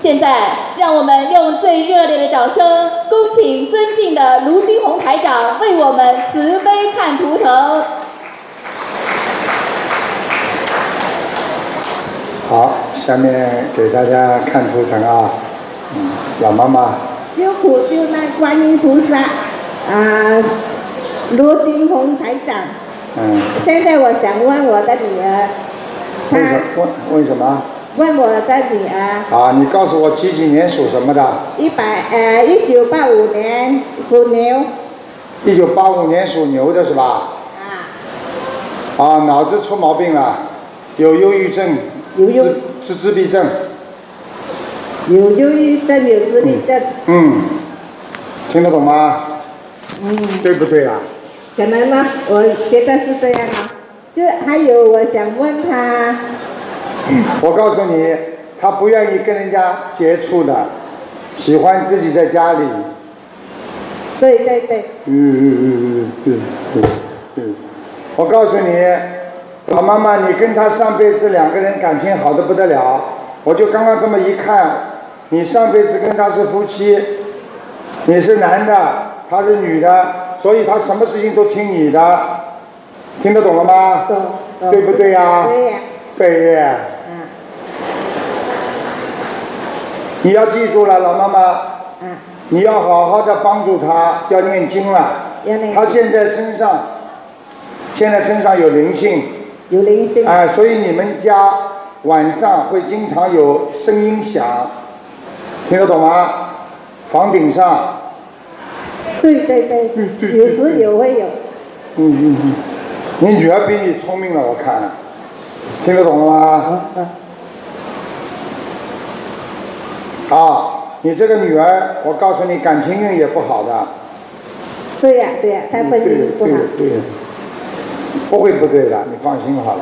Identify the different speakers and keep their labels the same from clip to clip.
Speaker 1: 现在，让我们用最热烈的掌声，恭请尊敬的卢军红台长为我们慈悲看图腾。
Speaker 2: 好，下面给大家看图腾啊。嗯，老妈妈，
Speaker 3: 救苦救难观音菩萨啊，卢金红台长。
Speaker 2: 嗯，
Speaker 3: 现在我想问我的女儿，
Speaker 2: 为什
Speaker 3: 她
Speaker 2: 为为什么？
Speaker 3: 问我的女儿，
Speaker 2: 啊，你告诉我几几年属什么的？
Speaker 3: 一百呃一九八五年属牛
Speaker 2: 一九八五年属牛的是吧？
Speaker 3: 啊，
Speaker 2: 啊，脑子出毛病了，有忧郁症，
Speaker 3: 有忧
Speaker 2: 自自自闭症。
Speaker 3: 有忧郁症，有自闭症，
Speaker 2: 嗯，听得懂吗？嗯，对不对啊？
Speaker 3: 可能呢，我觉得是这样啊。就还有我想问她，
Speaker 2: 我告诉你，他不愿意跟人家接触的，喜欢自己在家里。
Speaker 3: 对对对，
Speaker 2: 嗯嗯嗯嗯嗯嗯。我告诉你，老妈妈，你跟他上辈子两个人感情好的不得了，我就刚刚这么一看，你上辈子跟他是夫妻，你是男的，他是女的，所以他什么事情都听你的，听得懂了吗？
Speaker 3: 懂懂。
Speaker 2: 对不对呀
Speaker 3: 对呀、
Speaker 2: 对耶。
Speaker 3: 啊，
Speaker 2: 你要记住了，老妈妈，
Speaker 3: 啊啊，
Speaker 2: 你要好好的帮助他，要念经了。
Speaker 3: 原来
Speaker 2: 他现在身上，现在身上有灵性，
Speaker 3: 有灵性，啊
Speaker 2: 哎、所以你们家晚上会经常有声音响，听得懂吗？房顶上，
Speaker 3: 对对对，有时有会有，
Speaker 2: 嗯嗯嗯，你女儿比你聪明了，我看，听得懂了吗？
Speaker 3: 啊啊，
Speaker 2: 啊，你这个女儿，我告诉你，感情运也不好的。
Speaker 3: 对呀、对呀、她婚
Speaker 2: 嗯对
Speaker 3: 姻不
Speaker 2: 对
Speaker 3: 好，
Speaker 2: 对，不会不对的，你放心好了。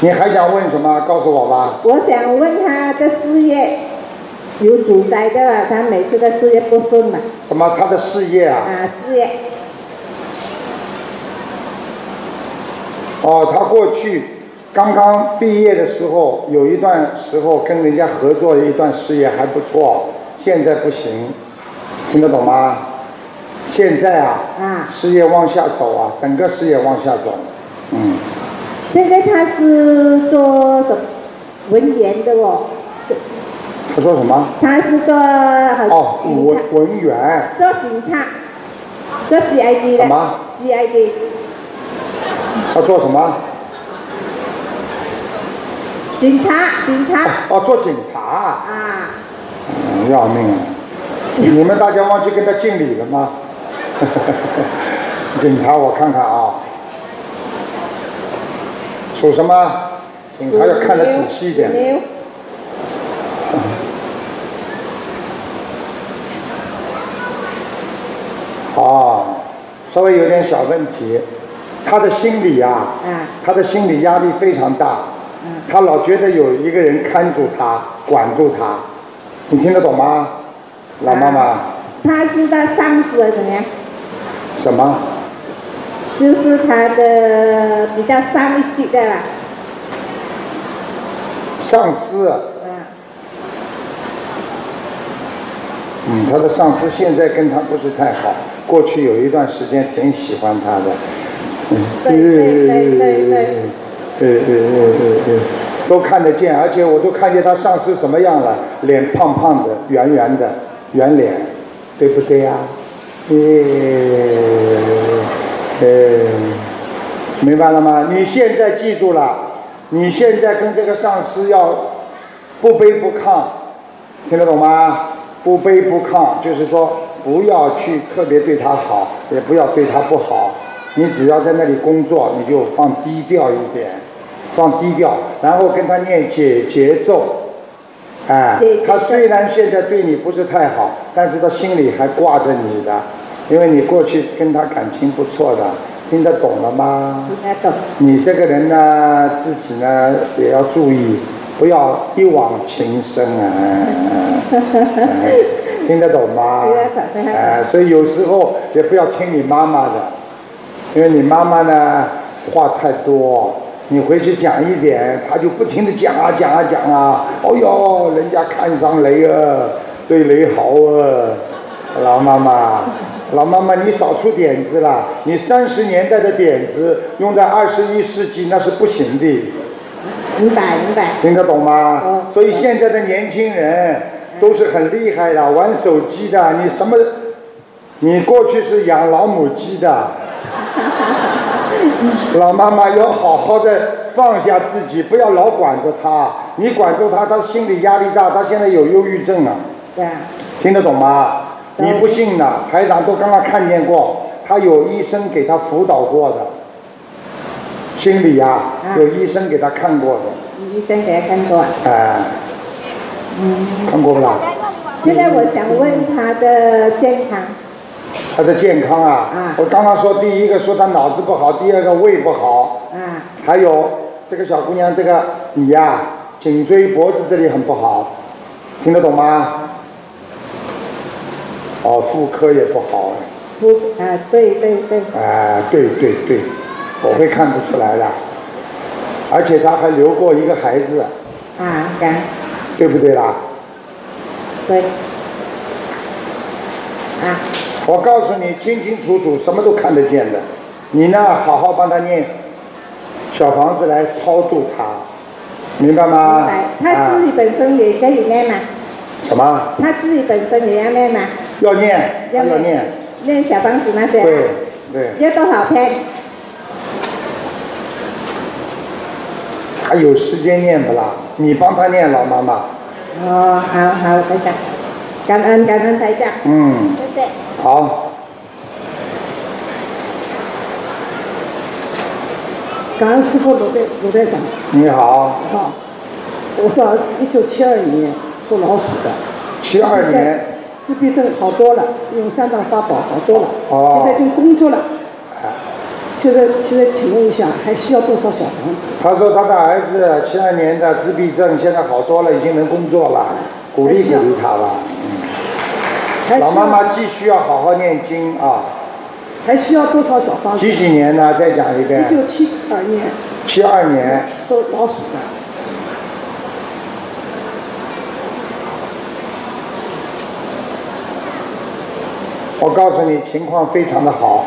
Speaker 2: 你还想问什么？告诉我吧。
Speaker 3: 我想问她的事业有主宰的了，她每次的事业不顺嘛，
Speaker 2: 什么？他的事业啊？
Speaker 3: 啊，事业
Speaker 2: 哦，他过去刚刚毕业的时候，有一段时候跟人家合作一段事业还不错，现在不行，听得懂吗？现在啊，
Speaker 3: 啊
Speaker 2: 事业往下走啊，整个事业往下走。嗯，
Speaker 3: 现在她是做什么文员的哦，
Speaker 2: 他说什么？
Speaker 3: 她是做好
Speaker 2: 哦，
Speaker 3: 警
Speaker 2: 文文员。
Speaker 3: 察，做警察，做 CID
Speaker 2: 什
Speaker 3: 的
Speaker 2: 么
Speaker 3: ，CID
Speaker 2: 他做什么？啊
Speaker 3: 警察警察
Speaker 2: 哦，做警察啊。
Speaker 3: 啊，
Speaker 2: 嗯要命啊！你们大家忘记跟他敬礼了吗？ 警察，我看看啊，属什么？警察要看得仔细一点。
Speaker 3: 牛，
Speaker 2: 哦，稍微有点小问题。他的心理啊，
Speaker 3: 啊
Speaker 2: 他的心理压力非常大，他老觉得有一个人看住他、管住他，你听得懂吗？老妈妈，
Speaker 3: 嗯她是她上司还是怎么样？
Speaker 2: 什么？
Speaker 3: 就是他的比较上一级的啦，
Speaker 2: 上司。
Speaker 3: 啊，
Speaker 2: 嗯，他的上司现在跟他不是太好，过去有一段时间挺喜欢他的。嗯，Ừ.
Speaker 3: 对对对对对
Speaker 2: 对对对对对，都看得见，而且我都看见他上司什么样了，脸胖胖的，圆圆的，圆脸，对不对呀、呃呃，明白了吗？你现在记住了，你现在跟这个上司要不卑不亢，听得懂吗？不卑不亢，就是说不要去特别对他好，也不要对他不好。你只要在那里工作，你就放低调一点，放低调，然后跟他念解节奏。哎
Speaker 3: 解节，
Speaker 2: 他
Speaker 3: 奏
Speaker 2: 虽然现在对你不是太好，但是他心里还挂着你的，因为你过去跟他感情不错的，听得懂了吗？
Speaker 3: 应该懂，
Speaker 2: 你这个人呢，自己呢也要注意，不要一往情深啊。哎听得懂吗
Speaker 3: 听得懂听得？懂
Speaker 2: 哎，所以有时候也不要听你妈妈的，因为你妈妈呢话太多，你回去讲一点，他就不停的讲啊讲啊讲啊，哦哟，人家看上雷啊，对雷好啊，老妈妈，老妈妈，你少出点子啦，你三十年代的点子用在二十一世纪那是不行的，
Speaker 3: 明白明白。
Speaker 2: 听得懂吗
Speaker 3: 哦？
Speaker 2: 所以现在的年轻人都是很厉害的，玩手机的，你什么？你过去是养老母鸡的，老妈妈要好好的放下自己，不要老管着他。你管住他，他心理压力大，他现在有忧郁症啊，
Speaker 3: 对啊，
Speaker 2: 听得懂吗？
Speaker 3: 懂
Speaker 2: 你不信呐？台长都刚刚看见过，他有医生给他辅导过的，心理呀、
Speaker 3: 啊
Speaker 2: 有医生给他看过的。
Speaker 3: 医生给他看过啊。
Speaker 2: 哎，看过不啦？
Speaker 3: 现在我想问他的健康，
Speaker 2: 他的健康啊
Speaker 3: 啊，
Speaker 2: 我刚刚说第一个说他脑子不好，第二个胃不好，
Speaker 3: 啊，
Speaker 2: 还有这个小姑娘这个你呀、颈椎脖子这里很不好，听得懂吗？哦，妇科也不好，
Speaker 3: 不啊，对对对，
Speaker 2: 哎，对对对，我会看不出来的，而且他还留过一个孩子，
Speaker 3: 啊，感
Speaker 2: 对不对啦？
Speaker 3: 对，啊，
Speaker 2: 我告诉你，清清楚楚，什么都看得见的。你呢，好好帮他念小房子来超度他，明白吗
Speaker 3: 明白？。他自
Speaker 2: 啊、
Speaker 3: 己本身也可以念嘛，
Speaker 2: 什么
Speaker 3: 他自己本身也要念嘛，
Speaker 2: 要念？他要念。
Speaker 3: 念小房子那些
Speaker 2: 对
Speaker 3: 啊，
Speaker 2: 对，
Speaker 3: 要多少篇？
Speaker 2: 他有时间念不啦？你帮他念，老妈妈。
Speaker 3: 哦，好好，台长，感恩感恩台长，
Speaker 2: 嗯，
Speaker 3: 谢谢。
Speaker 2: 好。
Speaker 4: 感恩师傅鲁队鲁队长
Speaker 2: 你好，
Speaker 4: 啊！我是儿子，一九七二年属老鼠的，
Speaker 2: 七二年，
Speaker 4: 自闭症好多了，用三藏法宝好多了，
Speaker 2: 哦
Speaker 4: 现在就工作了。现在现在请问一下，还需要多少小房子？
Speaker 2: 他说他的儿子七二年的自闭症，现在好多了，已经能工作了，鼓励鼓励他吧。
Speaker 4: 还需
Speaker 2: 老
Speaker 4: 要
Speaker 2: 妈妈继续要好好念经啊。
Speaker 4: 还需要多少小房子？
Speaker 2: 几几年呢？再讲一遍
Speaker 4: 一。九七二年
Speaker 2: 七二年，
Speaker 4: 属老鼠的，
Speaker 2: 我告诉你，情况非常的好。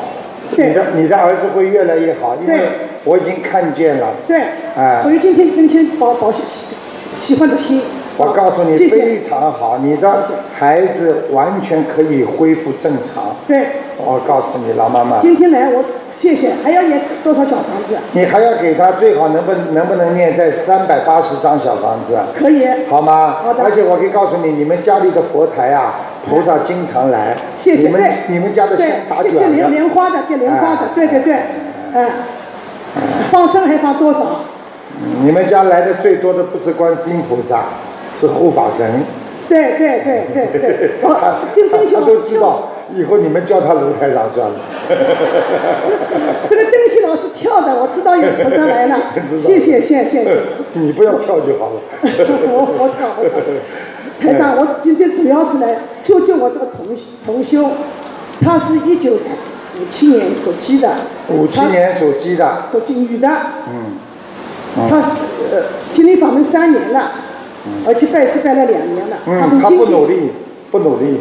Speaker 4: 对
Speaker 2: 你的你的儿子会越来越好，因为
Speaker 4: 对
Speaker 2: 我已经看见了。
Speaker 4: 对，
Speaker 2: 哎
Speaker 4: 所以今天今天保保喜喜欢的心。
Speaker 2: 我告诉你，
Speaker 4: 谢
Speaker 2: 非
Speaker 4: 谢。
Speaker 2: 常好，你的孩子完全可以恢复正常。
Speaker 4: 对，
Speaker 2: 我告诉你，老妈妈，
Speaker 4: 今天来我谢谢，还要念多少小房子？
Speaker 2: 你还要给他最好能不能不能念在三百八十张小房子，
Speaker 4: 可以，
Speaker 2: 好吗？
Speaker 4: 好的
Speaker 2: 而且我可以告诉你，你们家里的佛台啊，菩萨经常来。
Speaker 4: 谢谢。
Speaker 2: 你们
Speaker 4: 对，
Speaker 2: 你们家的香
Speaker 4: 对，
Speaker 2: 打
Speaker 4: 这
Speaker 2: 卷
Speaker 4: 这莲
Speaker 2: 的。
Speaker 4: 莲花的，这莲花的
Speaker 2: 哎，
Speaker 4: 对对对，嗯，放生还放多少？
Speaker 2: 你们家来的最多的不是观世音菩萨，是护法神。
Speaker 4: 对对对对 对，
Speaker 2: 他
Speaker 4: 哦，这个
Speaker 2: 他
Speaker 4: 灯芯
Speaker 2: 他
Speaker 4: 老
Speaker 2: 都
Speaker 4: 师
Speaker 2: 知
Speaker 4: 跳，
Speaker 2: 道，以后你们叫他卢台长算了。
Speaker 4: 这个灯芯老师跳的，我知道有菩萨来了
Speaker 2: 知，道
Speaker 4: 谢谢谢谢， 谢
Speaker 2: 你不要跳就好 了。
Speaker 4: 我我跳我跳。台
Speaker 2: 哎
Speaker 4: 长，我今天主要是来救救我这个同同修，他是一九五七年属鸡的，
Speaker 2: 五七
Speaker 4: 他
Speaker 2: 年属哦鸡的，
Speaker 4: 走进女的，嗯，她呃心灵法门三年了，而且拜师拜了两年了，她
Speaker 2: 嗯，
Speaker 4: 很
Speaker 2: 他
Speaker 4: 精
Speaker 2: 不
Speaker 4: 进
Speaker 2: 努，力，不努力，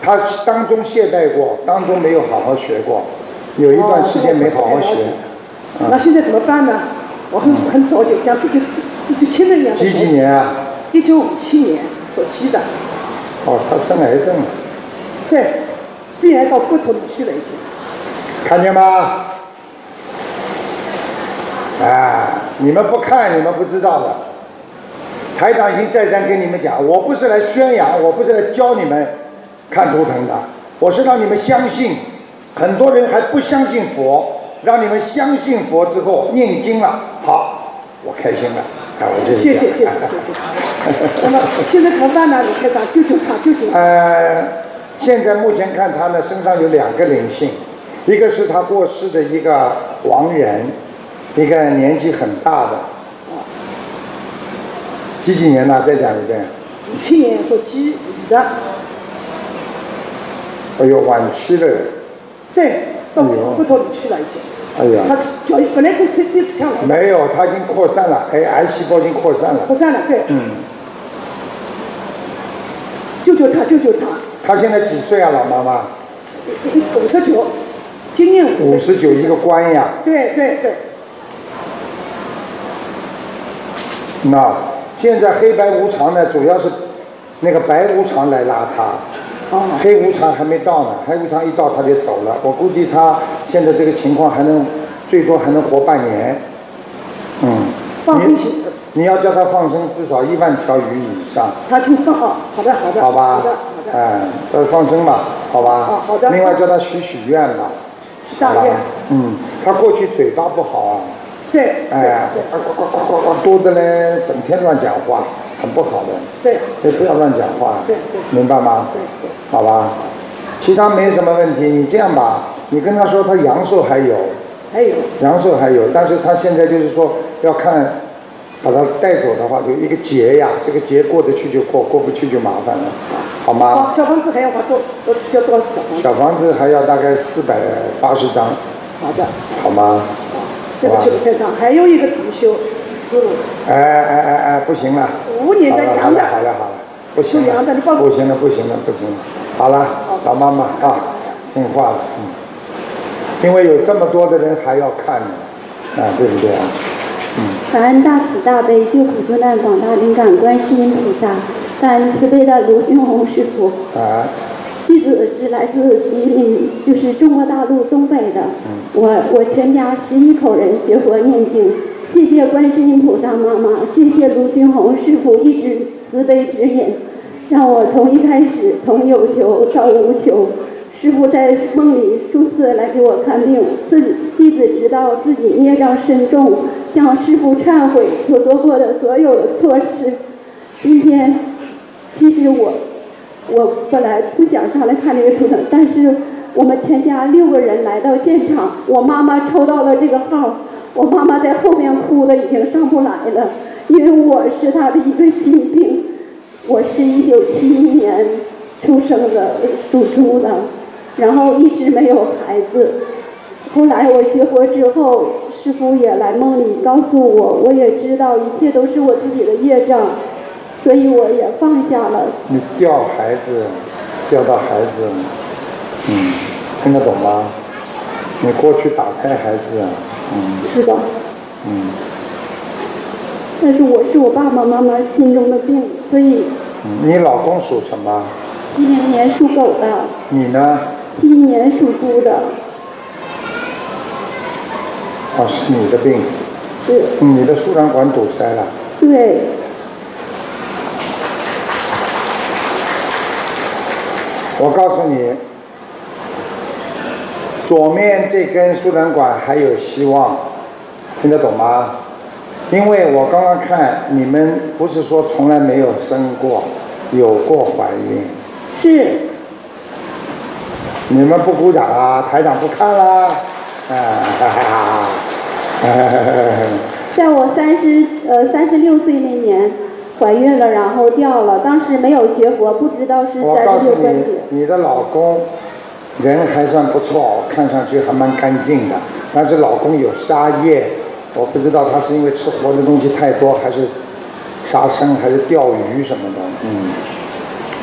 Speaker 2: 他当中懈怠过，当中没有好好学过，有一段时间没好好
Speaker 4: 哦
Speaker 2: 学。
Speaker 4: 那现在怎么办呢？我很很着急，像自己自自己亲人一样的。
Speaker 2: 几几？年啊？
Speaker 4: 一九五七年所鸡的，
Speaker 2: 哦，他生癌症了，
Speaker 4: 对，肺癌到骨头里去了已经。
Speaker 2: 看见吗？啊，你们不看，你们不知道的。台长已经再三跟你们讲，我不是来宣扬，我不是来教你们看图腾的，我是让你们相信。很多人还不相信佛，让你们相信佛之后念经了，好，我开心了。哎，我就是这
Speaker 4: 谢
Speaker 2: 样
Speaker 4: 谢谢谢谢谢。那么现在怎么办呢？李科长，救救他，救 救他！
Speaker 2: 呃，现在目前看他呢，身上有两个灵性，一个是他过世的一个亡人，一个年纪很大的，几几年呢？再讲一遍。
Speaker 4: 五七年所鸡女的，
Speaker 2: 哎呦，晚期了，
Speaker 4: 对，到
Speaker 2: 哎呦
Speaker 4: 骨头里去了已经。
Speaker 2: 哎呀
Speaker 4: 他脚本来就在在指向来的，
Speaker 2: 没有，它已经扩散了，哎，癌细胞已经扩散了
Speaker 4: 扩。散了，对，
Speaker 2: 嗯，
Speaker 4: 救救他，救救他，
Speaker 2: 他现在几岁啊，老妈妈？
Speaker 4: 五十九，今年五
Speaker 2: 五十九一个官呀。
Speaker 4: 对对对，
Speaker 2: 那现在黑白无常呢，主要是那个白无常来拉他，
Speaker 4: 哦，
Speaker 2: 黑无常还没到呢，黑无常一到他就走了。我估计他现在这个情况还能最多还能活半年。嗯，
Speaker 4: 放生
Speaker 2: 你
Speaker 4: 行，
Speaker 2: 你要叫他放生至少一万条鱼以上，
Speaker 4: 他听放哦，好的好的，
Speaker 2: 好吧？
Speaker 4: 好的好的，
Speaker 2: 哎、呃，放生吧，好吧？
Speaker 4: 哦好的
Speaker 2: 另外叫他许许愿吧，
Speaker 4: 去
Speaker 2: 好
Speaker 4: 大
Speaker 2: 吧
Speaker 4: 院，？
Speaker 2: 嗯，他过去嘴巴不好啊。
Speaker 4: 对
Speaker 2: 哎
Speaker 4: 对，对
Speaker 2: 呱呱呱呱呱多的嘞，整天乱讲话，很不好的，
Speaker 4: 对
Speaker 2: 所以不要乱讲话
Speaker 4: 对对，
Speaker 2: 明白吗？
Speaker 4: 对对，
Speaker 2: 好吧，其他没什么问题。你这样吧，你跟他说他阳寿还有，
Speaker 4: 还有
Speaker 2: 阳寿还有，但是他现在就是说要看，把他带走的话，就一个劫呀，这个劫过得去就过，过不去就麻烦了，好吗
Speaker 4: 哦，？小房子还要花多多需要多少小房子？
Speaker 2: 小房子还要大概四百八十张，
Speaker 4: 好的，
Speaker 2: 好吗？
Speaker 4: 对不起，卢台长，还有一个同修，十五
Speaker 2: 哎哎哎哎，不行了。
Speaker 4: 五年
Speaker 2: 好
Speaker 4: 的
Speaker 2: 了好
Speaker 4: 羊
Speaker 2: 了
Speaker 4: 的。
Speaker 2: 好了好了，不行了，
Speaker 4: 属羊的你报
Speaker 2: 不行了不行了不行了，好了，老妈妈啊，听话了，嗯，因为有这么多的人还要看呢，啊，对不对啊？
Speaker 5: 感恩大慈大悲救苦救难广大灵感观世音菩萨，感恩慈悲的 卢俊宏师傅。
Speaker 2: 啊，
Speaker 5: 弟子是来自吉林，就是中国大陆东北的。我我全家十一口人学佛念经，谢谢观世音菩萨妈妈，谢谢卢俊宏师傅一直慈悲指引，让我从一开始从有求到无求。师傅在梦里数次来给我看病，自己弟子知道自己业障深重，向师傅忏悔所做过的所有的错事。今天，其实我我本来不想上来看这个图腾，但是我们全家六个人来到现场，我妈妈抽到了这个号，我妈妈在后面哭了，已经上不来了，因为我是她的一个心病，我是一九七一年出生的，属猪的，然后一直没有孩子，后来我学佛之后，师傅也来梦里告诉我，我也知道一切都是我自己的业障，所以我也放下了。
Speaker 2: 你掉孩子，掉到孩子，嗯，听得懂吗？你过去打胎孩子，嗯
Speaker 5: 是的，
Speaker 2: 嗯，
Speaker 5: 但是我是我爸爸妈妈心中的病，所以
Speaker 2: 嗯你老公属什么？
Speaker 5: 七零年属狗的，
Speaker 2: 你呢？
Speaker 5: 七一年属猪的，
Speaker 2: 啊，是你的病，嗯
Speaker 5: 是
Speaker 2: 你的输卵管堵塞了。
Speaker 5: 对，
Speaker 2: 我告诉你，左面这根输卵管还有希望，听得懂吗？因为我刚刚看你们不是说从来没有生过，有过怀孕，
Speaker 5: 是
Speaker 2: 你们不鼓掌啊，台长不看啦，啊哈哈哈，哈哈哈哈
Speaker 5: 在我三十呃三十六岁那年怀孕了，然后掉了，当时没有学佛，不知道是
Speaker 2: 我告
Speaker 5: 三十
Speaker 2: 诉
Speaker 5: 六关节，
Speaker 2: 你，你的老公人还算不错，看上去还蛮干净的，但是老公有杀业，我不知道他是因为吃活的东西太多，还是杀生，还是钓鱼什么的。嗯，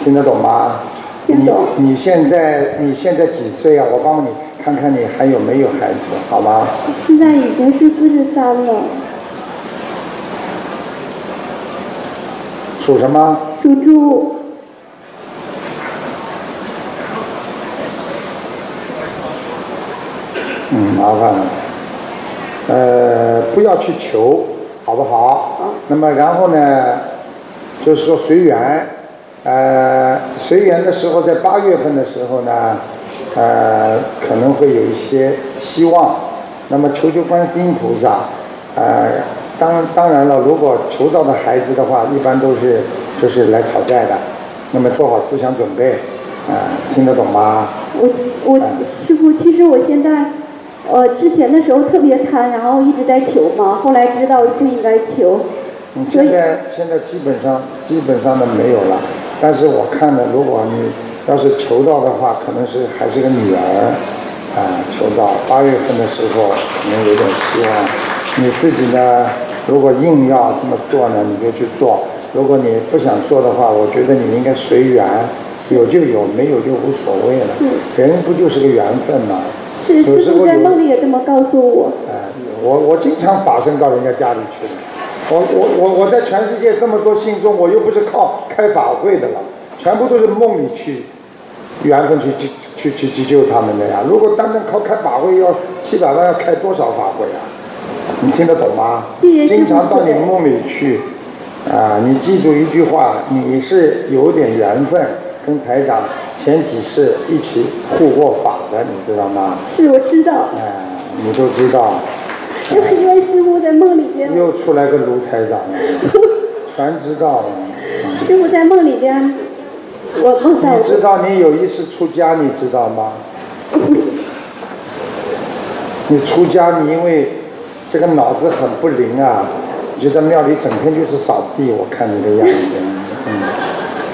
Speaker 2: 听得懂吗？
Speaker 5: 听懂
Speaker 2: 你你现在你现在几岁啊？我帮你看看你还有没有孩子，好吗？
Speaker 5: 现在已经是四十三了，
Speaker 2: 属什么？
Speaker 5: 属猪，
Speaker 2: 嗯，麻烦了。呃，不要去求，好不好？那么然后呢，就是说随缘。呃，随缘的时候，在八月份的时候呢，呃，可能会有一些希望。那么求求观世音菩萨，呃，当当然了，如果求到的孩子的话，一般都是就是来讨债的。那么做好思想准备，啊、听得懂吗？
Speaker 5: 我我师傅，其实我现在，呃，之前的时候特别贪，然后一直在求嘛，后来知道不应该求，
Speaker 2: 你
Speaker 5: 所
Speaker 2: 嗯现
Speaker 5: 以
Speaker 2: 在现在基本上基本上的没有了，但是我看了，如果你要是求到的话，可能是还是个女儿，啊，说到八月份的时候，可能有点希望。你自己呢，如果硬要这么做呢，你就去做；如果你不想做的话，我觉得你应该随缘，有就有，没有就无所谓了。
Speaker 5: 嗯
Speaker 2: 人不就是个缘分吗？
Speaker 5: 是
Speaker 2: 有
Speaker 5: 师
Speaker 2: 时
Speaker 5: 傅
Speaker 2: 候
Speaker 5: 在
Speaker 2: 有
Speaker 5: 梦里也这么告诉我。
Speaker 2: 哎，我我经常把身到人家家里去的。我我我我在全世界这么多信众，我又不是靠开法会的了，全部都是梦里去，缘分去去去去去救他们的呀。如果单单靠开法会，要七百万要开多少法会啊？你听得懂吗？
Speaker 5: 这也是
Speaker 2: 经常到你
Speaker 5: 无所谓
Speaker 2: 梦里去，啊，你记住一句话，你是有点缘分，跟台长前几世一起护过法的，你知道吗？
Speaker 5: 是，我知道，
Speaker 2: 哎，你都知道。
Speaker 5: 因为因为师傅在梦里边，
Speaker 2: 又出来个卢台长了，全知道了。
Speaker 5: 师傅在梦里边，我梦到
Speaker 2: 你知道你有一次出家，你知道吗？你出家，你因为这个脑子很不灵啊，你就在庙里整天就是扫地，我看你的样子。嗯，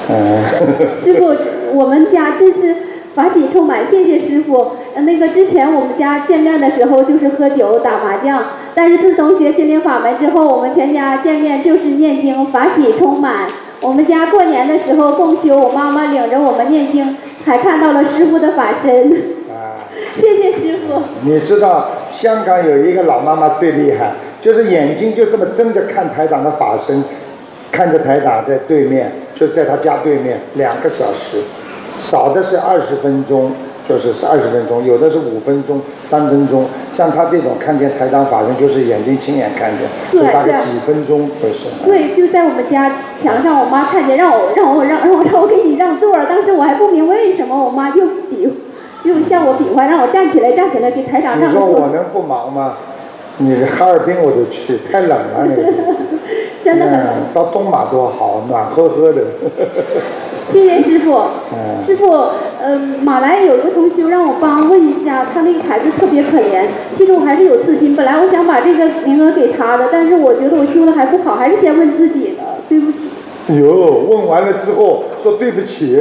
Speaker 2: 嗯，
Speaker 5: 师傅，我们家真是法喜充满，谢谢师傅。呃那个之前我们家见面的时候就是喝酒打麻将，但是自从学心灵法门之后，我们全家见面就是念经，法喜充满。我们家过年的时候共修，我妈妈领着我们念经，还看到了师傅的法身。
Speaker 2: 啊。
Speaker 5: 谢谢师傅，
Speaker 2: 你知道香港有一个老妈妈最厉害，就是眼睛就这么睁着看台长的法身，看着台长在对面，就在他家对面两个小时，少的是二十分钟，就是二十分钟，有的是五分钟、三分钟。像他这种看见台长法身，就是眼睛亲眼看见，
Speaker 5: 对
Speaker 2: 就大概
Speaker 5: 对
Speaker 2: 几分钟就是。
Speaker 5: 对，啊就在我们家墙上，我妈看见让我让我让让我让我给你让座儿，当时我还不明白为什么，我妈就比就向我比划，让我站起来站起来给台长
Speaker 2: 你
Speaker 5: 让
Speaker 2: 说
Speaker 5: 座
Speaker 2: 我
Speaker 5: 儿，
Speaker 2: 能不忙吗？你哈尔滨我就去，太冷了那个地方。
Speaker 5: 真的很。
Speaker 2: 嗯，到东马多好，暖和和的。
Speaker 5: 谢谢师傅
Speaker 2: 嗯，
Speaker 5: 师傅，嗯，马来有一个同学让我帮问一下，他那个孩子特别可怜，其实我还是有私心，本来我想把这个名额给他的，但是我觉得我修的还不好，还是先问自己的，对不起。
Speaker 2: 有问完了之后说对不起，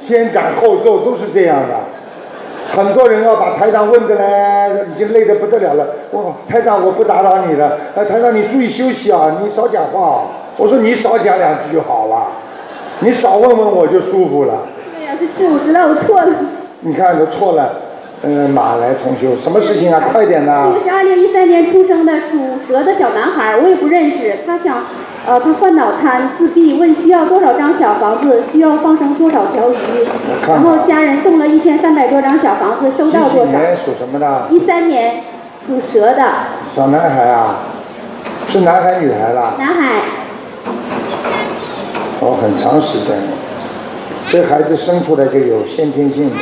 Speaker 2: 先斩后奏都是这样的。很多人要把台长问的嘞，已经累得不得了了。我台长我不打扰你了，呃，台长你注意休息啊，你少讲话、啊。我说你少讲两句就好了，你少问问我就舒服了。
Speaker 5: 哎呀，这是我知道我错了。
Speaker 2: 你看都错了，嗯、马来同修什么事情啊？快点呐、
Speaker 5: 这个是二零一三年出生的属蛇的小男孩，我也不认识。他想，呃，他患脑瘫、自闭，问需要多少张小房子，需要放生多少条鱼
Speaker 2: 我，看
Speaker 5: 然后
Speaker 2: 看
Speaker 5: 家人送了一千三百多张小房子，收
Speaker 2: 几
Speaker 5: 到
Speaker 2: 几
Speaker 5: 多少？
Speaker 2: 年属什么的？
Speaker 5: 一三年属蛇的
Speaker 2: 小男孩啊，是男孩女孩啦？
Speaker 5: 男孩，
Speaker 2: 哦，很长时间了。这孩子生出来就有先天性的，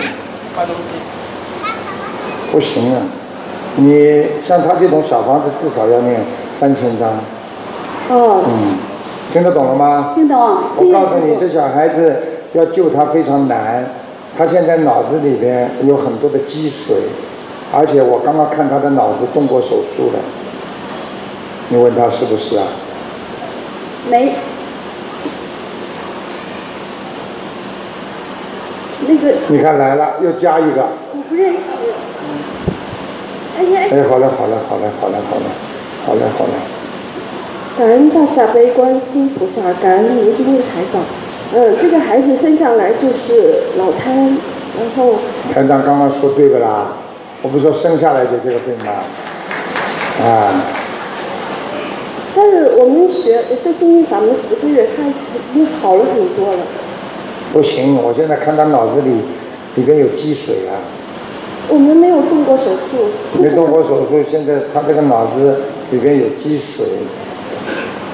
Speaker 2: 不行啊！你像他这种小房子，至少要念三千张，
Speaker 5: 哦，
Speaker 2: 嗯，听得懂了吗？
Speaker 5: 听懂？谢
Speaker 2: 我
Speaker 5: 谢
Speaker 2: 告诉你，
Speaker 5: 师
Speaker 2: 这小孩子要救他非常难，他现在脑子里边有很多的积水，而且我刚刚看他的脑子动过手术了，你问他是不是啊？
Speaker 5: 傅没。那个
Speaker 2: 你看来了，又加一个。
Speaker 5: 我不认识。哎呀，哎
Speaker 2: 哎，好了好了好了好了好了，好了好了，
Speaker 4: 感恩大慈大悲观世音菩萨，感恩卢金慧台长。嗯，这个孩子生下来就是脑瘫，然后
Speaker 2: 台长刚刚说对不啦？我不是说生下来就这个病吗？啊，
Speaker 4: 但是我们学修心灵法门十个月，他已经好了很多了。
Speaker 2: 不行，我现在看他脑子里里边有积水啊，
Speaker 4: 我们没有动过手术，
Speaker 2: 没动过手术，现在他这个脑子里边有积水，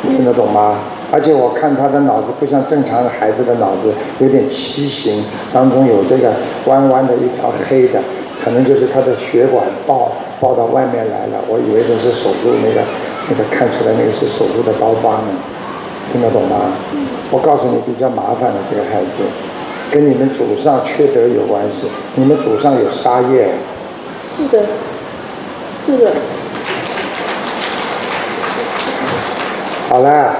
Speaker 2: 听得懂吗？而且我看他的脑子不像正常的孩子的脑子，有点畸形，当中有这个弯弯的一条黑的，可能就是他的血管爆爆到外面来了。我以为这是手术那个那个看出来那个是手术的刀疤呢，听得懂吗？我告诉你比较麻烦的这个孩子，跟你们祖上缺德有关系，你们祖上有杀业。
Speaker 4: 是的，是的，
Speaker 2: 好了。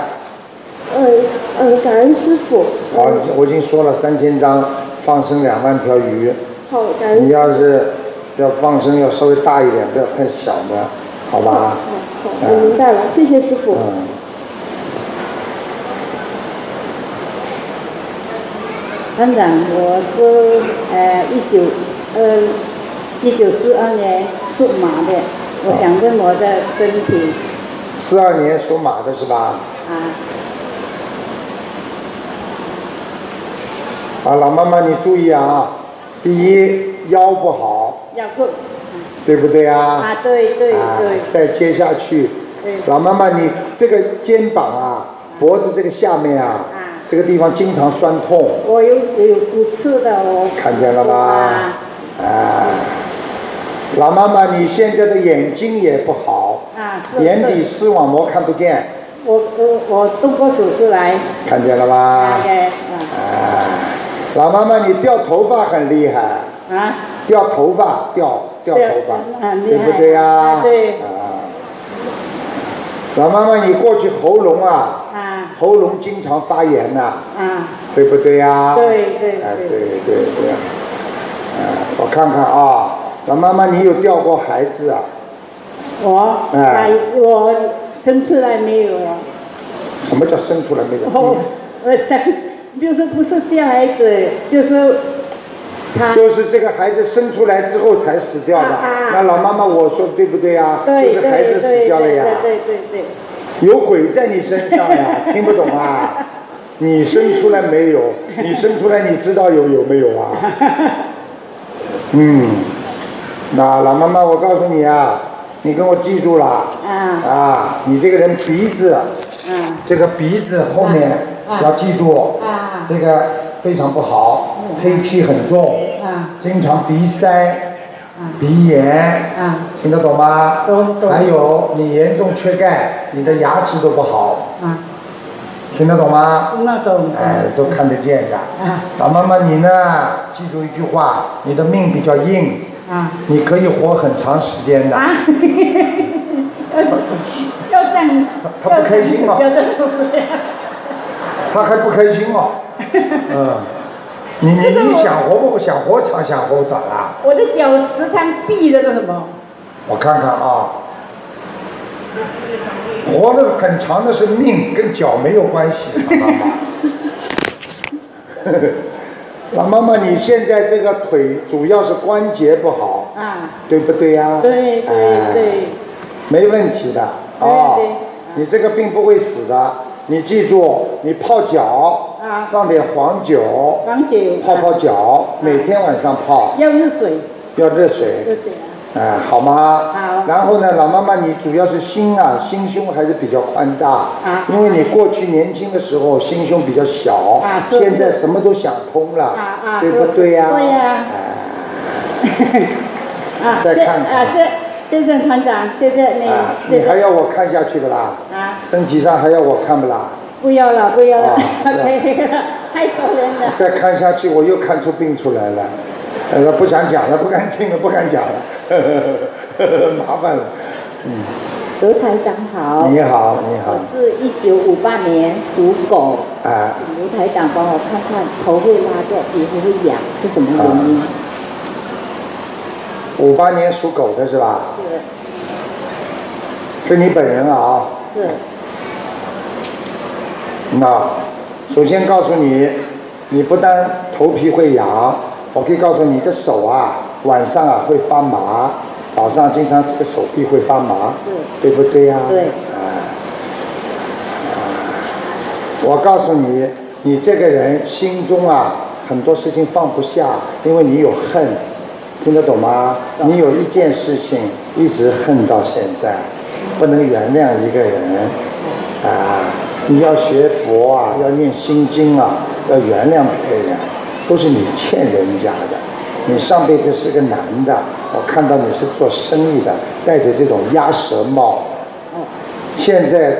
Speaker 4: 嗯嗯，感恩师傅，
Speaker 2: 好，我已经说了三千张，放生两万条鱼。
Speaker 4: 好，感
Speaker 2: 你
Speaker 4: 恩，
Speaker 2: 要是要放生要稍微大一点，不要太小的，好吧？
Speaker 3: 好，我明白了，谢谢师傅。
Speaker 2: 嗯。
Speaker 6: 班长，我是呃一九呃一九四二年属马的，我想问我的身体
Speaker 2: 四二年属马的是吧？
Speaker 6: 啊，
Speaker 2: 啊，老妈妈你注意啊，第一腰不好，
Speaker 6: 要够
Speaker 2: 对不对
Speaker 6: 啊，对对
Speaker 2: 啊
Speaker 6: 对，
Speaker 2: 再接下去
Speaker 6: 对，
Speaker 2: 老妈妈，你这个肩膀啊、脖子这个下面啊
Speaker 6: 啊，
Speaker 2: 这个地方经常酸痛，
Speaker 6: 我有有骨刺的我，
Speaker 2: 看见了吧
Speaker 6: 啊？
Speaker 2: 啊，老妈妈，你现在的眼睛也不好，
Speaker 6: 啊，是
Speaker 2: 眼底
Speaker 6: 是
Speaker 2: 视网膜看不见，
Speaker 6: 我我我动过手术来，
Speaker 2: 看见了
Speaker 6: 大
Speaker 2: 吧？
Speaker 6: 概啊
Speaker 2: 啊，老妈妈，你掉头发很厉害，
Speaker 6: 啊，
Speaker 2: 掉头发，掉掉头发。
Speaker 6: 很厉
Speaker 2: 对
Speaker 6: 害，
Speaker 2: 不对呀、
Speaker 6: 啊对
Speaker 2: 啊老妈妈，你过去喉咙啊，
Speaker 6: 啊
Speaker 2: 喉咙经常发炎呐、
Speaker 6: 啊，
Speaker 2: 对不对呀、
Speaker 6: 对对
Speaker 2: 哎，对
Speaker 6: 对，
Speaker 2: 对对。啊，我看看啊，老妈妈，你有掉过孩子啊？
Speaker 6: 我
Speaker 2: 哎
Speaker 6: 把我生出来没有啊？
Speaker 2: 什么叫生出来没有？
Speaker 6: 我我想就是不是掉孩子，就是他
Speaker 2: 嗯就是这个孩子生出来之后才死掉的。
Speaker 6: 啊啊
Speaker 2: 那老妈妈，我说对不对呀、
Speaker 6: 对
Speaker 2: 就
Speaker 6: 对
Speaker 2: 是孩
Speaker 6: 对
Speaker 2: 子死
Speaker 6: 对
Speaker 2: 掉了呀。
Speaker 6: 对对对对，
Speaker 2: 有鬼在你身上 呀，听不懂啊？你生出来没有？你生出来你知道有有没有 啊？嗯，那老妈妈，我告诉你啊，你跟我记住了
Speaker 3: À.
Speaker 6: 啊
Speaker 2: 啊，你这个人鼻子，
Speaker 6: 啊
Speaker 2: 这个鼻子后面
Speaker 6: 啊啊
Speaker 2: 要记住，
Speaker 6: 啊
Speaker 2: 这个非常不好，
Speaker 6: 嗯
Speaker 2: 黑气很重，
Speaker 6: 啊
Speaker 2: 经常鼻塞、鼻炎，
Speaker 6: 啊
Speaker 2: 听得懂吗？
Speaker 6: 嗯懂懂
Speaker 2: 还有，你严重缺钙，你的牙齿都不好，
Speaker 6: 啊，
Speaker 2: 听得懂吗？
Speaker 6: 那种
Speaker 2: 哎，都看得见的。
Speaker 6: 啊
Speaker 2: 老妈妈，你呢？记住一句话，你的命比较硬，
Speaker 3: À.
Speaker 6: 啊
Speaker 2: 你可以活很长时间的。
Speaker 6: 啊，要站，
Speaker 2: 他不开心了
Speaker 6: 要站不了
Speaker 2: 他还不开心 哦。嗯，你你你想活不想活长想活短啊？
Speaker 6: 我的脚时常闭着那什么，
Speaker 2: 我看看啊，活得很长的是命，跟脚没有关系。老妈 妈，老妈妈，你现在这个腿主要是关节不好，
Speaker 3: À.
Speaker 6: 啊，
Speaker 2: 对不对呀、
Speaker 6: 对
Speaker 2: 哎
Speaker 6: 对对，
Speaker 2: 没问题的啊
Speaker 6: 对对。
Speaker 2: 你这个病不会死的，你记住，你泡脚，
Speaker 6: 啊
Speaker 2: 放点黄酒，
Speaker 6: 黄姐
Speaker 2: 泡泡脚，每天晚上
Speaker 3: À,
Speaker 2: 泡，
Speaker 6: 要热水，
Speaker 2: 要热水，
Speaker 6: 热水
Speaker 2: 哎，好吗？
Speaker 6: 好
Speaker 2: 然后呢，老妈妈，你主要是心啊，心胸还是比较宽大，
Speaker 6: 啊
Speaker 2: 因为你过去年轻的时候心胸比较小，
Speaker 6: 啊是
Speaker 2: 现在什么都想通了，
Speaker 6: 啊
Speaker 3: À,
Speaker 6: 啊，
Speaker 2: 对不对呀、
Speaker 6: 对呀，
Speaker 3: À,
Speaker 6: 啊，
Speaker 2: 再
Speaker 6: 谢
Speaker 2: 看看
Speaker 6: 啊，谢谢谢团长，谢谢你
Speaker 2: 啊，，
Speaker 6: 谢
Speaker 2: 你还
Speaker 6: 谢
Speaker 2: 要我看下去不啦？
Speaker 3: À.
Speaker 6: 啊。
Speaker 2: 身体上还要我看不啦？
Speaker 6: 不要了，不要
Speaker 7: 哦
Speaker 6: 了
Speaker 2: 啊，
Speaker 6: 没了，太丢人了。
Speaker 2: 再看下去，我又看出病出来了。呃，不想讲了，不敢听了，不敢讲了，麻烦了。
Speaker 7: 刘台长好，
Speaker 2: 你好，你好
Speaker 7: 我，是一九五八年属狗，
Speaker 2: 啊，
Speaker 7: 请刘台长帮我看看头会拉掉，皮肤会痒，是什么原
Speaker 6: 啊
Speaker 7: 因？
Speaker 2: 五八年属狗的是吧？
Speaker 7: 是
Speaker 2: 是你本人啊？
Speaker 7: 是
Speaker 2: 那啊首先告诉你，你不单头皮会痒，我可以告诉你的手啊，晚上啊会发麻，早上经常这个手臂会发麻，对不对啊呀、
Speaker 7: 对
Speaker 2: 我告诉你，你这个人心中啊很多事情放不下，因为你有恨，听得懂吗？你有一件事情一直恨到现在，不能原谅一个人，啊，你要学佛啊，要念心经啊，要原谅别人，都是你欠人家的。你上辈子是个男的，我看到你是做生意的，戴着这种鸭舌帽，现在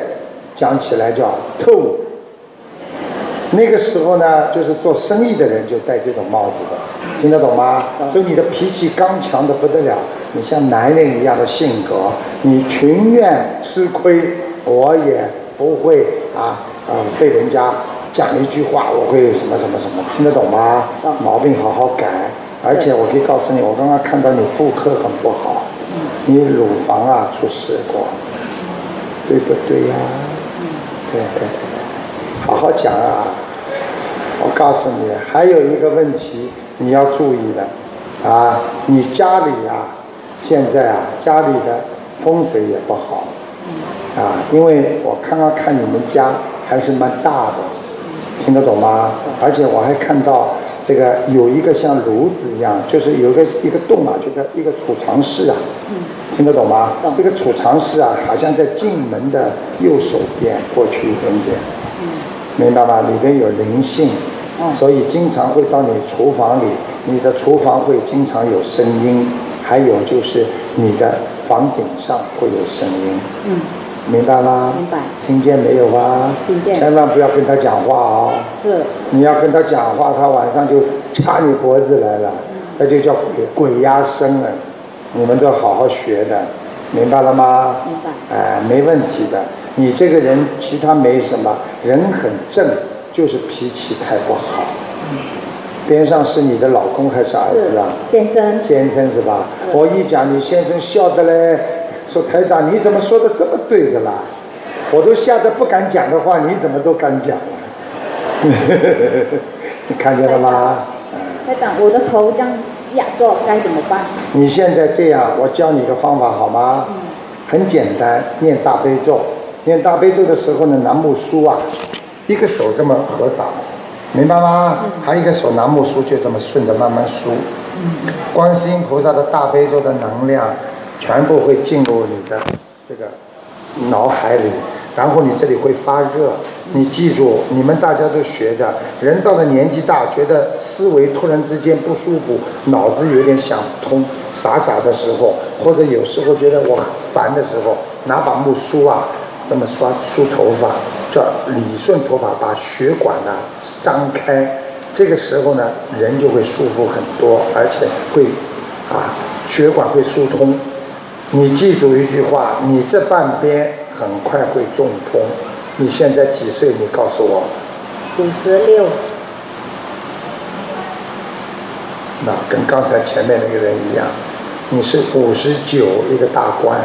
Speaker 2: 讲起来叫透。那个时候呢，就是做生意的人就戴这种帽子的，听得懂吗？所以你的脾气刚强的不得了，你像男人一样的性格，你情愿吃亏，我也不会啊啊、呃被人家讲一句话，我会什么什么什么，听得懂吗？毛病好好改，而且我可以告诉你，我刚刚看到你妇科很不好，你乳房啊出事过，对不对呀、对对对，好好讲啊！我告诉你，还有一个问题你要注意的，啊，你家里啊，现在啊，家里的风水也不好，啊，因为我刚刚看你们家还是蛮大的，听得懂吗？而且我还看到这个有一个像炉子一样，就是有一个一个洞啊，就个一个储藏室啊，听得懂吗？这个储藏室啊，好像在进门的右手边过去一点点，明白吗？里边有灵性，所以经常会到你厨房里，你的厨房会经常有声音，还有就是你的房顶上会有声音。嗯，明白吗？
Speaker 7: 明白。
Speaker 2: 听见没有啊？
Speaker 7: 听见
Speaker 2: 千万不要跟他讲话哦。
Speaker 7: 是
Speaker 2: 你要跟他讲话，他晚上就掐你脖子来了，这就叫鬼鬼压身了。你们都好好学的，明白了吗？
Speaker 7: 明白。
Speaker 2: 哎、没问题的。你这个人其他没什么，人很正，就是脾气太不好。边上是你的老公还是儿子啊？
Speaker 7: 先生，嗯
Speaker 2: 先生是吧？我一讲，你先生笑的嘞，说台长你怎么说的这么对的啦？我都吓得不敢讲的话，你怎么都敢讲了？你看见了吗？
Speaker 7: 台长，我的头这样压着该怎么办？
Speaker 2: 你现在这样，我教你一个方法好吗？很简单，念大悲咒。念大悲咒的时候呢，拿木梳啊，一个手这么合掌，明白吗？还有一个手拿木梳，就这么顺着慢慢梳。观世音菩萨的大悲咒的能量，全部会进入你的这个脑海里，然后你这里会发热。你记住，你们大家都学的，人到了年纪大，觉得思维突然之间不舒服，脑子有点想不通，傻傻的时候，或者有时候觉得我很烦的时候，拿把木梳啊，这么刷梳头发，叫理顺头发，把血管呢、张开。这个时候呢，人就会舒服很多，而且会啊，血管会疏通。你记住一句话，你这半边很快会中风。你现在几岁？你告诉我，
Speaker 7: 五十六，
Speaker 2: 那跟刚才前面那个人一样，你是五十九一个大关，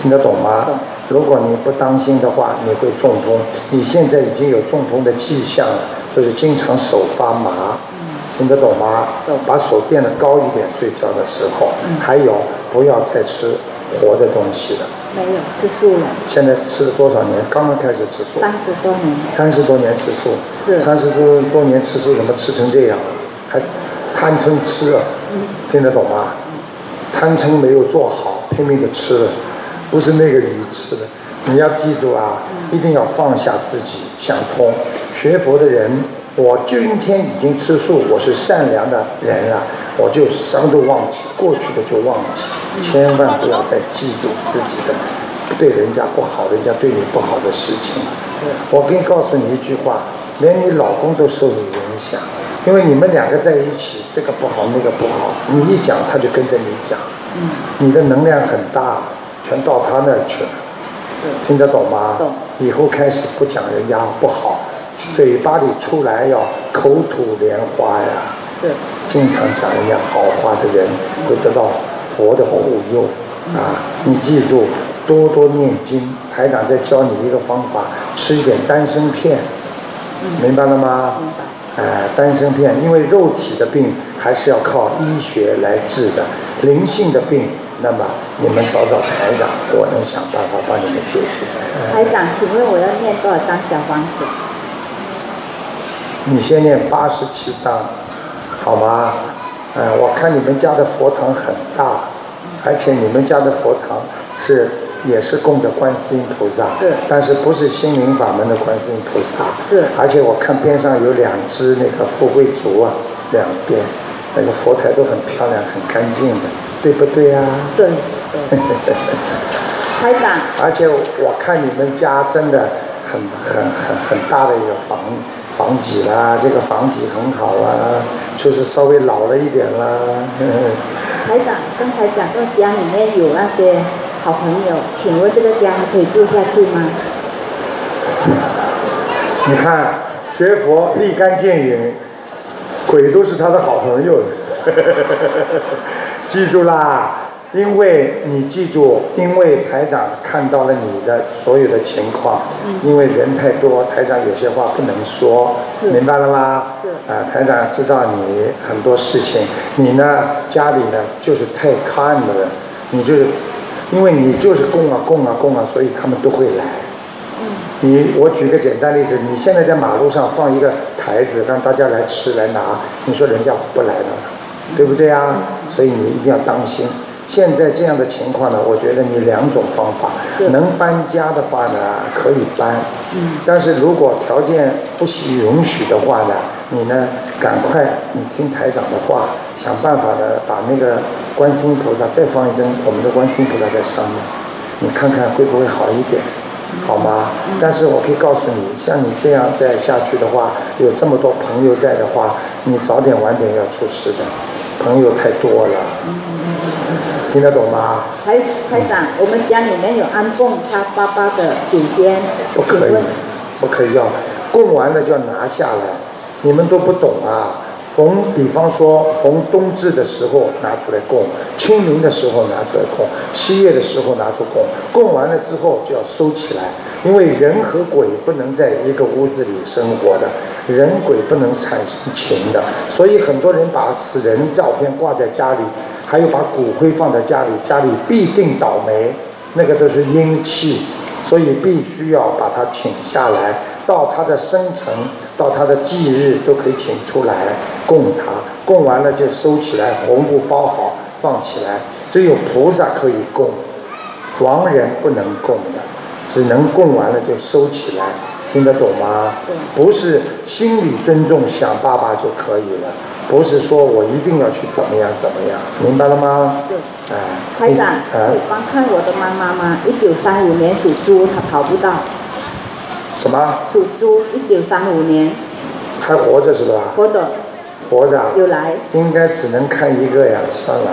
Speaker 2: 听得懂吗？如果你不当心的话，你会中风。你现在已经有中风的迹象了，就是经常手发麻，
Speaker 7: 嗯
Speaker 2: 听得懂吗？把手变得高一点，睡觉的时候，
Speaker 7: 嗯
Speaker 2: 还有不要再吃活的东西了。
Speaker 7: 没有吃素了，
Speaker 2: 现在吃了多少年？刚刚开始吃素，
Speaker 7: 三十多年了，
Speaker 2: 三十多年吃素，
Speaker 7: 是
Speaker 2: 三十多多年吃素，怎么吃成这样？还贪嗔痴啊，
Speaker 7: 嗯
Speaker 2: 听得懂吗？贪嗔没有做好，拼命的吃了，不是那个鱼吃的。你要记住啊，一定要放下自己，想通。学佛的人，我今天已经吃素，我是善良的人了，我就什么都忘记，过去的就忘记，千万不要再记住自己的对人家不好，人家对你不好的事情。我可以告诉你一句话，连你老公都受你影响，因为你们两个在一起，这个不好那个不好，你一讲他就跟着你讲，你的能量很大，全到他那儿去了，听得懂吗？
Speaker 7: 懂
Speaker 2: 以后开始不讲人家不好，嘴巴里出来要口吐莲花呀。
Speaker 7: 是
Speaker 2: 经常讲人家好话的人，会得到佛的护佑啊！你记住，多多念经。台长再教你一个方法，吃一点丹参片，明白了吗？哎、丹参片，因为肉体的病还是要靠医学来治的，灵性的病，那么你们找找台长，我能想办法帮你们解决。
Speaker 7: 台长，请问我要念多少张小房子？
Speaker 2: 你先念八十七章，好吗？哎、我看你们家的佛堂很大，而且你们家的佛堂是也是供着观世音菩萨，
Speaker 7: 是
Speaker 2: 但是不是心灵法门的观世音菩萨，
Speaker 7: 是
Speaker 2: 而且我看边上有两只那个富贵竹啊，两边那个佛台都很漂亮，很干净的，对不对啊？
Speaker 7: 对，对台长，
Speaker 2: 而且我看你们家真的很很很很大的一个房房脊啦，这个房脊很好啦，就是稍微老了一点啦。呵呵
Speaker 7: 台长，刚才讲到家里面有那些好朋友，请问这个家还可以住下去吗？
Speaker 2: 你看，学佛立竿见影，鬼都是他的好朋友。记住啦，因为你记住，因为台长看到了你的所有的情况，
Speaker 7: 嗯
Speaker 2: 因为人太多，台长有些话不能说，明白了吗？
Speaker 7: 是
Speaker 2: 啊，台长知道你很多事情，你呢家里呢就是太看的了，你就是，因为你就是供啊供啊供啊，所以他们都会来。你我举个简单例子，你现在在马路上放一个台子，让大家来吃来拿，你说人家不来了，对不对啊？所以你一定要当心。现在这样的情况呢，我觉得你两种方法，能搬家的话呢可以搬，但是如果条件不许允许的话呢，你呢赶快你听台长的话，想办法呢把那个观世音菩萨再放一尊我们的观世音菩萨在上面。你看看会不会好一点，好吗？但是我可以告诉你，像你这样再下去的话，有这么多朋友在的话，你早点晚点要出事的，朋友太多了，听得懂吗？
Speaker 7: 台台长，我们家里面有安供他爸爸的祖先，
Speaker 2: 不
Speaker 7: 请
Speaker 2: 可以
Speaker 7: 问，
Speaker 2: 不可以要，供完了就要拿下来，你们都不懂啊。逢比方说逢冬至的时候拿出来供，清明的时候拿出来供，七月的时候拿出供，供完了之后就要收起来，因为人和鬼不能在一个屋子里生活的，人鬼不能产生情的，所以很多人把死人照片挂在家里，还有把骨灰放在家里，家里必定倒霉，那个都是阴气，所以必须要把它请下来，到它的生辰，到它的忌日都可以请出来供它，供完了就收起来，红布包好放起来。只有菩萨可以供，亡人不能供的，只能供完了就收起来，听得懂吗？不是心里尊重想爸爸就可以了，不是说我一定要去怎么样怎么样，明白了吗？
Speaker 7: 对
Speaker 2: 哎，
Speaker 7: 台
Speaker 2: 你
Speaker 7: 长，
Speaker 2: 哎
Speaker 7: 可以帮看我的妈妈吗？一九三五年属猪，她跑不到，
Speaker 2: 什么
Speaker 7: 属猪，一九三五年，
Speaker 2: 还活着是吧？
Speaker 7: 或者
Speaker 2: 活着啊
Speaker 7: 有来，
Speaker 2: 应该只能看一个呀，算了。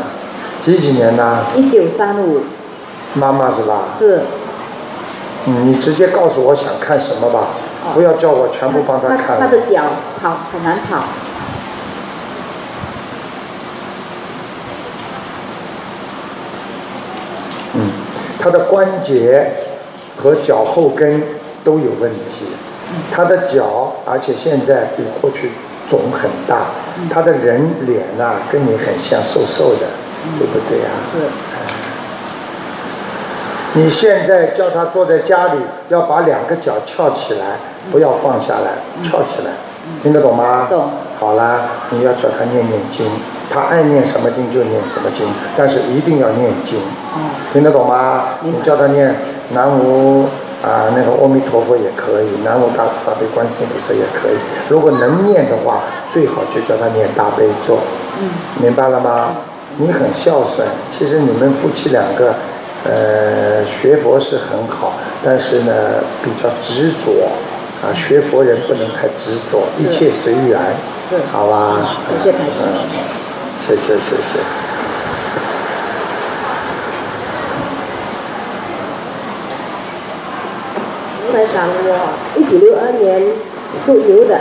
Speaker 2: 几几年呢、
Speaker 7: 一九三五
Speaker 2: 妈妈是吧？
Speaker 7: 是，
Speaker 2: 嗯你直接告诉我想看什么吧，不要叫我全部帮她看了。
Speaker 7: 她啊的脚跑很难跑，
Speaker 2: 嗯，她的关节和脚后跟都有问题，
Speaker 7: 嗯
Speaker 2: 她的脚，而且现在比过去肿很大，
Speaker 7: 嗯
Speaker 2: 她的人脸呐、跟你很像，瘦瘦的，
Speaker 7: 嗯
Speaker 2: 对不对啊呀、
Speaker 7: 是
Speaker 2: 你现在叫他坐在家里，要把两个脚翘起来，不要放下来，翘起来，听得懂吗？
Speaker 7: 懂。
Speaker 2: 好啦，你要叫他念念经，他爱念什么经就念什么经，但是一定要念经，听得懂吗？你叫他念南无啊、那个阿弥陀佛也可以，南无大慈大悲观世音菩萨也可以。如果能念的话，最好就叫他念大悲咒，明白了吗？你很孝顺，其实你们夫妻两个。呃，学佛是很好，但是呢，比较执着啊。学佛人不能太执着，一切随缘，好吧？嗯
Speaker 7: 谢谢台长。
Speaker 2: 谢谢谢谢。
Speaker 3: 台长，我一九六二年属牛的，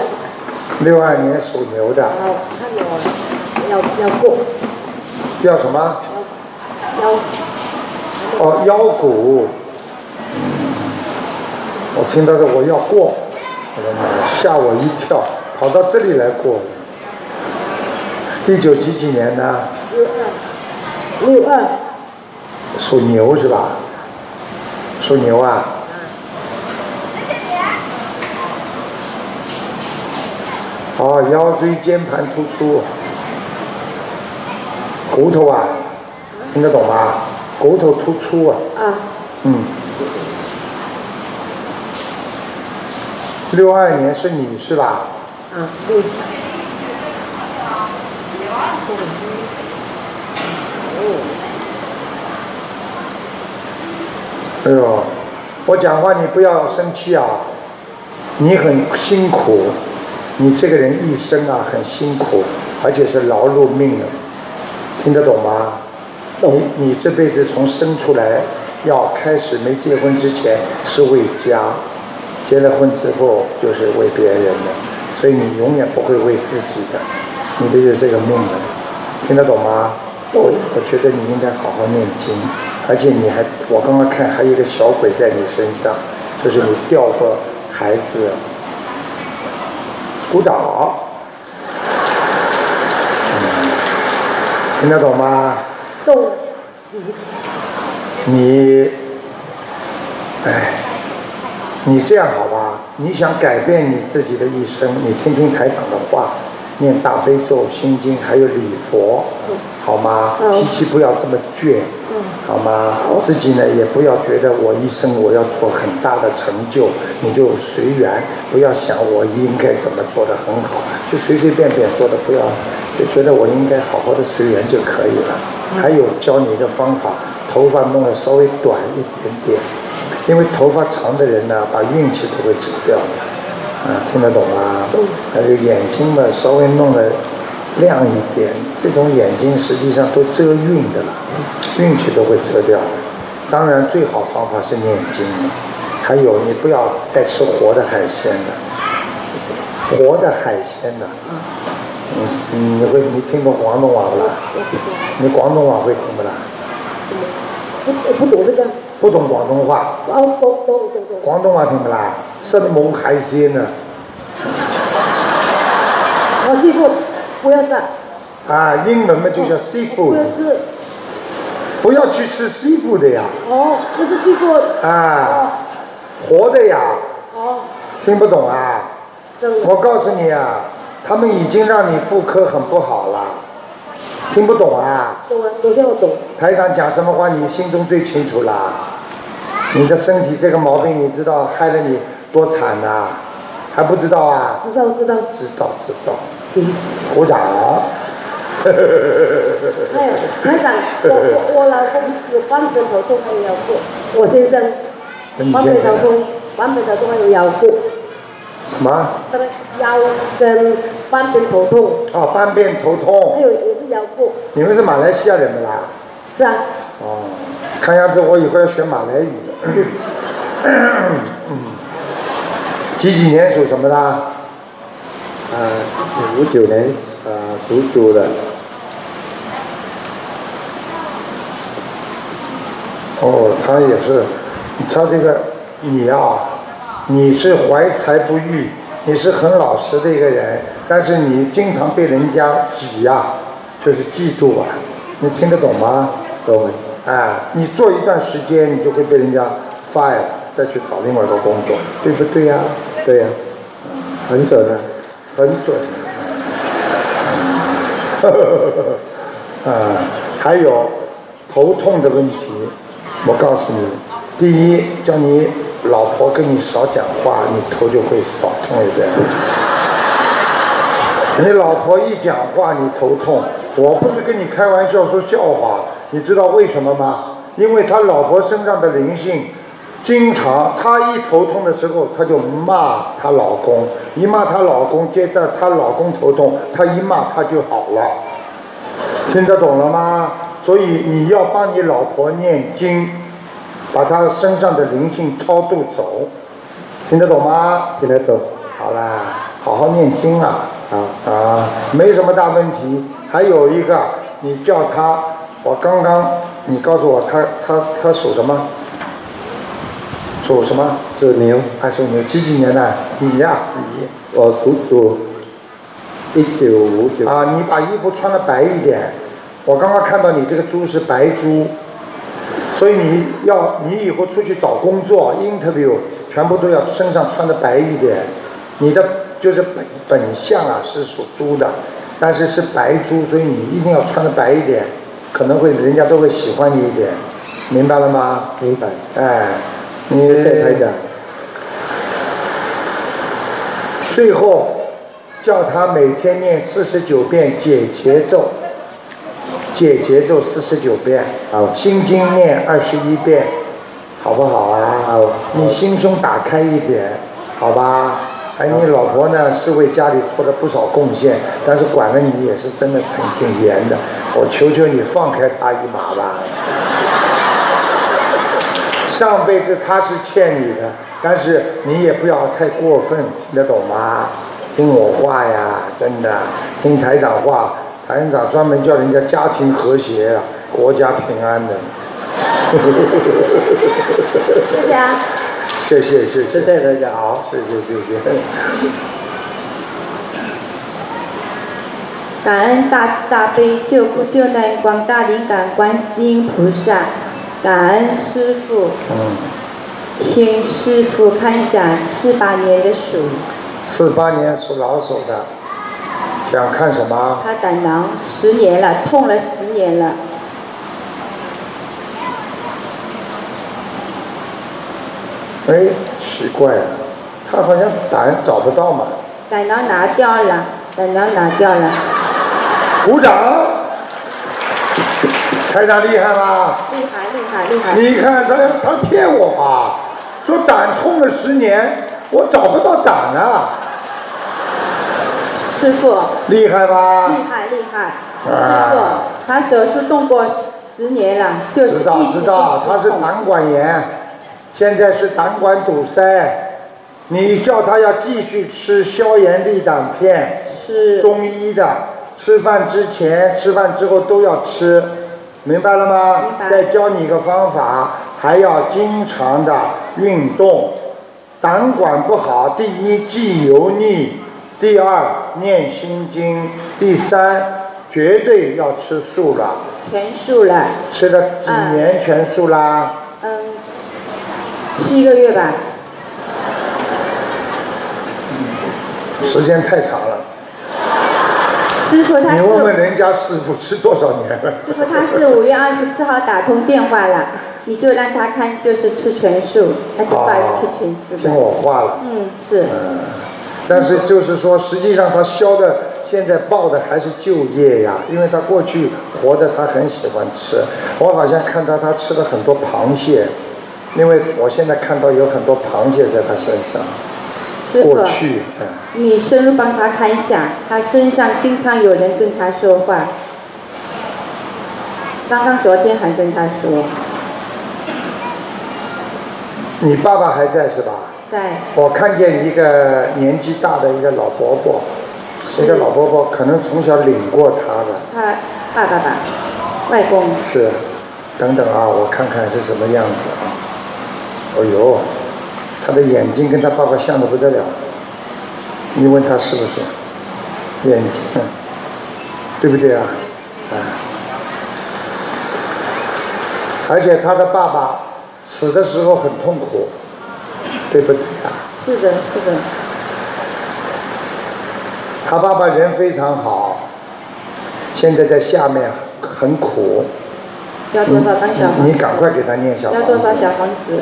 Speaker 2: 六二年属牛的
Speaker 3: 然后看我要要过
Speaker 2: 要什么？
Speaker 3: 要
Speaker 2: 哦，腰骨。我听到的我要过，我的妈呀，吓我一跳，跑到这里来过了。一九几几年呢？
Speaker 3: 六二
Speaker 4: 啊
Speaker 2: 属牛是吧？属牛啊。哦，腰椎间盘突出，骨头啊，听得懂吗？骨头突出啊。
Speaker 3: 啊，
Speaker 2: 嗯。六二年是你是吧？
Speaker 3: 啊，对，
Speaker 2: 哎呦，我讲话你不要生气啊，你很辛苦，你这个人一生啊很辛苦，而且是劳碌命的，听得懂吗？你你这辈子从生出来要开始没结婚之前是为家，结了婚之后就是为别人的，所以你永远不会为自己的，你都有这个命的，听得懂吗？我我觉得你应该好好念经，而且你还，我刚刚看还有一个小鬼在你身上，就是你掉过孩子，鼓掌。嗯，听得懂吗？
Speaker 6: 懂。
Speaker 2: 你，哎，你这样好吧？你想改变你自己的一生，你听听台长的话，念大悲咒、心经，还有礼佛，好吗？脾气不要这么倔，好吗？自己呢也不要觉得我一生我要做很大的成就，你就随缘，不要想我应该怎么做得很好，就随随便便做的，不要就觉得我应该好好的随缘就可以了。还有教你一个方法，头发弄得稍微短一点点，因为头发长的人呢，把运气都会扯掉的。啊，听得懂吗？还有眼睛嘛，稍微弄得亮一点，这种眼睛实际上都遮运的了，运气都会遮掉的。当然，最好方法是念经，还有你不要再吃活的海鲜了，活的海鲜呢。你你会你听懂广东话嗯不啦？你广东话会听不啦？
Speaker 4: 不不懂这个，
Speaker 2: 不懂广东话，
Speaker 4: 哦，懂懂懂懂，
Speaker 2: 广东话听不啦？生猛海鲜啊呢？
Speaker 4: 我师傅哦不要杀，
Speaker 2: 啊，英文嘛就叫
Speaker 4: 不要
Speaker 2: seafood，
Speaker 4: 吃，
Speaker 2: 不要去吃 seafood 的呀，
Speaker 4: 哦，那个师傅，
Speaker 2: 啊，活的呀，
Speaker 4: 哦，
Speaker 2: 听不懂啊？
Speaker 4: 懂了，
Speaker 2: 我告诉你啊，他们已经让你妇科很不好了，听不懂啊？
Speaker 4: 懂了，懂了，我懂，
Speaker 2: 台长讲什么话，你心中最清楚啦。你的身体这个毛病，你知道害了你多惨呐、还不知道啊？
Speaker 4: 知道知道，
Speaker 2: 知道知道，鼓掌。啊
Speaker 4: 哎呀，台长，我我我老公有半边头痛还有腰部，我先生
Speaker 2: 你
Speaker 4: 半
Speaker 2: 现
Speaker 4: 边
Speaker 2: 在
Speaker 4: 头痛，半边头痛还有腰部，
Speaker 2: 什么？
Speaker 4: 那个腰跟半边头痛，
Speaker 2: 哦，斑变头
Speaker 4: 还
Speaker 2: 痛。
Speaker 4: 有也是腰部，
Speaker 2: 你们是马来西亚人不啦？
Speaker 4: 是啊，
Speaker 2: 哦，看样子我以后要学马来语了。嗯 几几年属什么的？
Speaker 8: 呃，啊五九年呃属猪的，
Speaker 2: 哦，他也是，他这个你啊，你是怀才不遇，你是很老实的一个人，但是你经常被人家挤呀、就是嫉妒啊，你听得懂吗？
Speaker 8: 懂了。
Speaker 2: 啊，你做一段时间，你就会被人家 fire，再去找另外一个工作，对不对呀、
Speaker 8: 对呀、很准啊。
Speaker 2: 很准。啊，还有头痛的问题，我告诉你，第一叫你老婆跟你少讲话，你头就会少痛一点。 你老婆一讲话你头痛，我不是跟你开玩笑说笑话，你知道为什么吗？因为他老婆身上的灵性，经常他一头痛的时候，他就骂她老公，一骂她老公，接着她老公头痛，她一骂她就好了，听得懂了吗？所以你要帮你老婆念经，把她身上的灵性超度走，听得懂吗？
Speaker 8: 听得懂。
Speaker 2: 好啦，好好念经啊！
Speaker 8: 好
Speaker 2: 啊，没什么大问题。还有一个，你叫他，我刚刚你告诉我他他他属什么？属什么？
Speaker 8: 属牛，
Speaker 2: 他属牛，几几年的？你呀、你
Speaker 8: 我属猪，一九五九。
Speaker 2: 啊，你把衣服穿的白一点。我刚刚看到你这个猪是白猪，所以你要你以后出去找工作 interview，全部都要身上穿的白一点。你的就是本本相啊是属猪的，但是是白猪，所以你一定要穿的白一点，可能会人家都会喜欢你一点，明白了吗？
Speaker 8: 明白。
Speaker 2: 哎，你
Speaker 8: 谢谢台长。
Speaker 2: 最后叫他每天念四十九遍解结咒，解结咒四十九遍，
Speaker 8: 好
Speaker 2: 心经念二十一遍，好不好啊？
Speaker 8: 好
Speaker 2: 你心胸打开一点，好吧？哎，你老婆呢是为家里做了不少贡献，但是管了你也是真的挺挺严的，我求求你放开她一马吧。上辈子他是欠你的，但是你也不要太过分，听得懂吗？听我话呀，真的，听台长话，台长专门叫人家家庭和谐啊，国家平安的。
Speaker 7: 谢谢啊。
Speaker 2: 谢谢谢谢
Speaker 8: 谢谢大家好。
Speaker 2: 谢谢谢谢。
Speaker 9: 感恩大慈大悲救苦救难广大灵感观世音菩萨，感恩师傅。
Speaker 2: 嗯。
Speaker 9: 请师傅看一下四八年的鼠。
Speaker 2: 四八年属老鼠的，想看什么？
Speaker 9: 他胆囊十年了，痛了十年了。
Speaker 2: 哎，奇怪了，他好像胆找不到嘛。
Speaker 9: 胆囊拿掉了，胆囊拿掉了。
Speaker 2: 鼓掌！台长厉害吧？
Speaker 9: 厉害厉害厉害！
Speaker 2: 你看他他骗我啊，说胆痛了十年，我找不到胆啊。
Speaker 9: 师傅。
Speaker 2: 厉害吧？
Speaker 9: 厉害厉害！
Speaker 2: 啊
Speaker 9: 师傅，他手术动过十十年了，就是一
Speaker 2: 知道知道，他是胆管炎，现在是胆管堵塞。你叫他要继续吃消炎利胆片，
Speaker 9: 是
Speaker 2: 中医的，吃饭之前、吃饭之后都要吃，明白了吗？
Speaker 9: 明白
Speaker 2: 再教你一个方法，还要经常的运动。胆管不好，第一忌油腻，第二念心经，第三绝对要吃素了。
Speaker 9: 全素了，
Speaker 2: 吃了几年全素啦？
Speaker 9: 嗯，七个月吧。嗯
Speaker 2: 时间太长了。
Speaker 9: 师傅他
Speaker 2: 你
Speaker 9: 是
Speaker 2: 问问人家师傅吃多少年了？
Speaker 9: 师傅他是五月二十四号打通电话了，你就让他看就是吃全素，他就把吃全素
Speaker 2: 哦听
Speaker 9: 了。
Speaker 2: 我话了。
Speaker 9: 嗯，是
Speaker 2: 嗯，但是就是说，实际上他消的现在报的还是就业呀，因为他过去活的他很喜欢吃，我好像看到他吃了很多螃蟹，因为我现在看到有很多螃蟹在他身上。
Speaker 9: 师傅
Speaker 2: 过，去，嗯，
Speaker 9: 你深入帮他看一下，他身上经常有人跟他说话，刚刚昨天还跟他说，
Speaker 2: 你爸爸还在是吧？
Speaker 9: 在
Speaker 2: 我看见一个年纪大的一个老伯伯，一个老伯伯可能从小领过他的，
Speaker 9: 他爸爸吧，外公，
Speaker 2: 是，等等啊，我看看是什么样子啊。哦呦，他的眼睛跟他爸爸像的不得了，你问他是不是？眼睛，嗯对不对啊？啊，而且他的爸爸死的时候很痛苦，对不对啊？
Speaker 9: 是的，是的，
Speaker 2: 他爸爸人非常好，现在在下面很苦。
Speaker 9: 要多少张小
Speaker 2: 你
Speaker 9: 房
Speaker 2: 你赶快给他念小
Speaker 9: 要
Speaker 2: 房
Speaker 9: 多少
Speaker 2: 子。
Speaker 9: 小房子？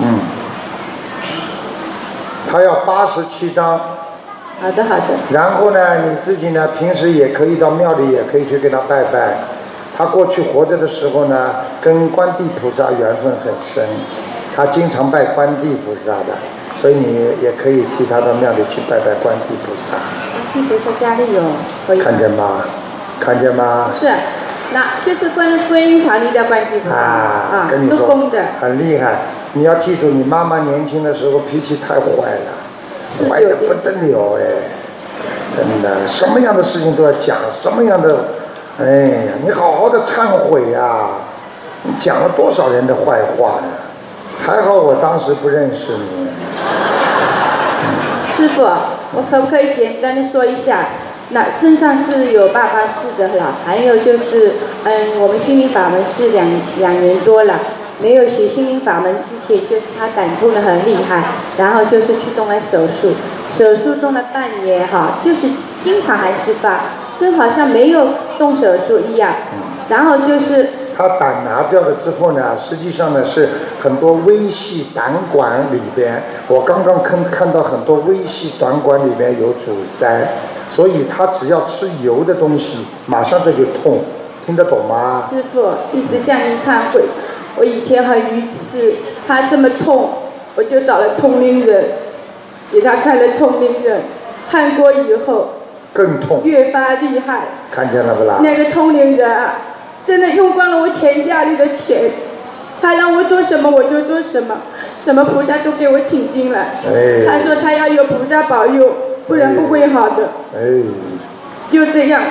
Speaker 2: 嗯，他要八十七张，
Speaker 9: 好的，好的，
Speaker 2: 然后呢，你自己呢，平时也可以到庙里，也可以去给他拜拜。他过去活着的时候呢，跟观地菩萨缘分很深，他经常拜观地菩萨的，所以你也可以替他到庙里去拜拜观地菩萨，
Speaker 9: 地菩萨家里有可以吗
Speaker 2: 看见吗？看见吗？
Speaker 9: 是，那就是观观音堂里的观地菩萨
Speaker 2: 啊，跟你
Speaker 9: 都
Speaker 2: 说
Speaker 9: 供的，
Speaker 2: 很厉害。你要记住，你妈妈年轻的时候脾气太坏了，
Speaker 9: 是
Speaker 2: 坏
Speaker 9: 有
Speaker 2: 的不
Speaker 9: 点
Speaker 2: 得了哎，真的，什么样的事情都要讲，什么样的，哎呀，你好好的忏悔呀、你讲了多少人的坏话呀、还好我当时不认识你。
Speaker 9: 师傅，我可不可以简单的说一下？那身上是有爸爸是的了，还有就是，嗯，我们心灵法门是两两年多了，没有学心灵法门之前，就是他胆痛的很厉害，然后就是去动了手术，手术动了半年哈，就是经常还是发，跟好像没有动手术一样，然后就是
Speaker 2: 他胆拿掉了之后呢，实际上呢是很多微细胆管里边，我刚刚看看到很多微细胆管里边有阻塞，所以他只要吃油的东西，马上这就痛，听得懂吗？
Speaker 9: 师傅一直向您忏悔，我以前很愚痴，他这么痛，我就找了通灵人，给他看了通灵人，看过以后
Speaker 2: 更痛，
Speaker 9: 越发厉害。
Speaker 2: 看见了不啦？
Speaker 9: 那个通灵人啊，真的用光了我钱家里的钱，他让我做什么我就做什么，什么菩萨都给我请进来。
Speaker 2: 哎
Speaker 9: 他说他要有菩萨保佑，不然不会好的。
Speaker 2: 哎，
Speaker 9: 就这样，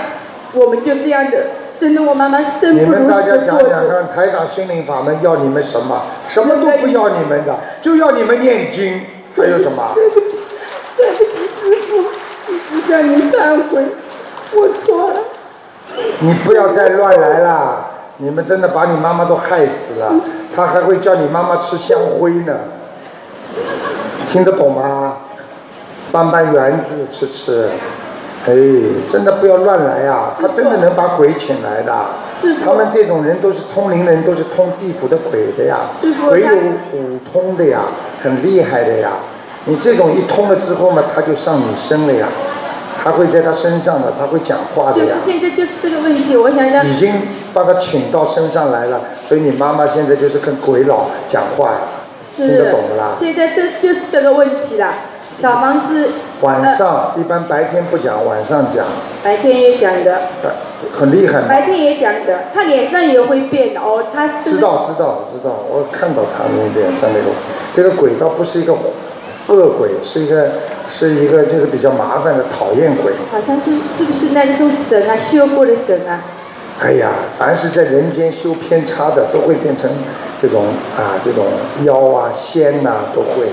Speaker 9: 我们就这样的，真的我妈妈生
Speaker 2: 你
Speaker 9: 不
Speaker 2: 们
Speaker 9: 如
Speaker 2: 大家
Speaker 9: 死
Speaker 2: 讲
Speaker 9: 过
Speaker 2: 讲
Speaker 9: 的。
Speaker 2: 看，台长心灵法门要你们什么？什么都不要你们的，就要你们念经，还有什么？
Speaker 9: 对不起，对不起，师傅，我向您忏悔，我错了。
Speaker 2: 你不要再乱来啦！你们真的把你妈妈都害死了，她还会叫你妈妈吃香灰呢，听得懂吗？搬搬园子吃吃，哎，真的不要乱来呀、她真的能把鬼请来的。
Speaker 9: 师傅
Speaker 2: 他们这种人都是通灵人，都是通地府的鬼的呀
Speaker 9: 师，傅
Speaker 2: 鬼有
Speaker 9: 他
Speaker 2: 五通的呀，很厉害的呀。你这种一通了之后嘛，他就上你身了呀，他会在他身上的，他会讲话的
Speaker 9: 就是
Speaker 2: 呀。
Speaker 9: 现在就是这个问题，我想让
Speaker 2: 已经把他请到身上来了，所以你妈妈现在就是跟鬼佬讲话呀，听
Speaker 9: 是
Speaker 2: 得懂不啦？
Speaker 9: 现在这就是这个问题啦。小房子呃
Speaker 2: 晚上、一般白天不讲，晚上讲，
Speaker 9: 白天也讲的，
Speaker 2: 呃很厉害嘛。
Speaker 9: 白天也讲的，他脸上也会变的哦，他
Speaker 2: 知道知道知道，我看到他们脸上那个，这个鬼倒不是一个恶鬼，是一个是一个就是比较麻烦的讨厌鬼。
Speaker 9: 好像是是不是那种神啊，修过的神啊？
Speaker 2: 哎呀，凡是在人间修偏差的，都会变成这种啊这种妖啊仙呐、都会。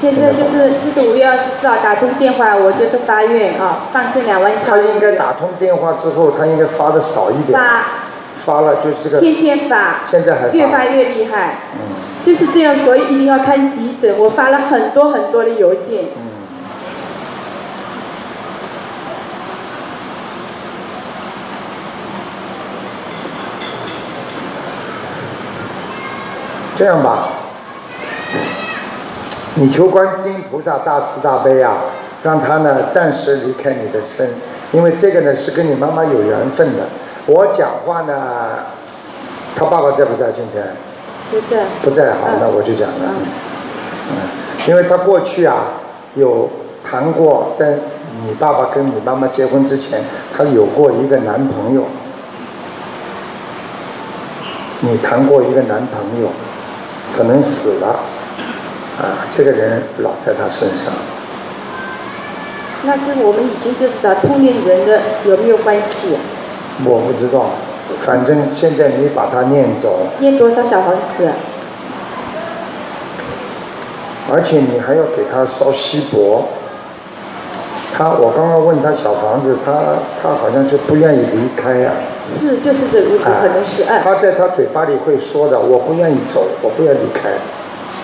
Speaker 9: 现在就是就是五月二十四号打通电话，我就是发愿啊，放生两万条
Speaker 2: 他，应该打通电话之后，他应该发的少一点，
Speaker 9: 发
Speaker 2: 发了就是这个
Speaker 9: 天天发，
Speaker 2: 现在还发
Speaker 9: 越发越厉害，
Speaker 2: 嗯
Speaker 9: 就是这样，所以一定要看急诊。我发了很多很多的邮件，
Speaker 2: 这样吧。你求观世音菩萨大慈大悲啊，让他呢暂时离开你的身，因为这个呢是跟你妈妈有缘分的。我讲话呢，他爸爸在不在？今天
Speaker 9: 不是
Speaker 2: 不在，好，那我就讲了。嗯，因为他过去啊有谈过，在你爸爸跟你妈妈结婚之前，他有过一个男朋友。你谈过一个男朋友，可能死了，啊，这个人老在他身上，
Speaker 9: 那跟我们已经就是找通灵人的有没有关系、啊？
Speaker 2: 我不知道，反正现在你把他念走，
Speaker 9: 念多少小房子啊？
Speaker 2: 而且你还要给他烧锡箔。他，我刚刚问他小房子，他他好像就不愿意离开呀、
Speaker 9: 是，就是这五
Speaker 2: 啊，
Speaker 9: 个，可能是二。
Speaker 2: 他在他嘴巴里会说的，我不愿意走，我不愿离开。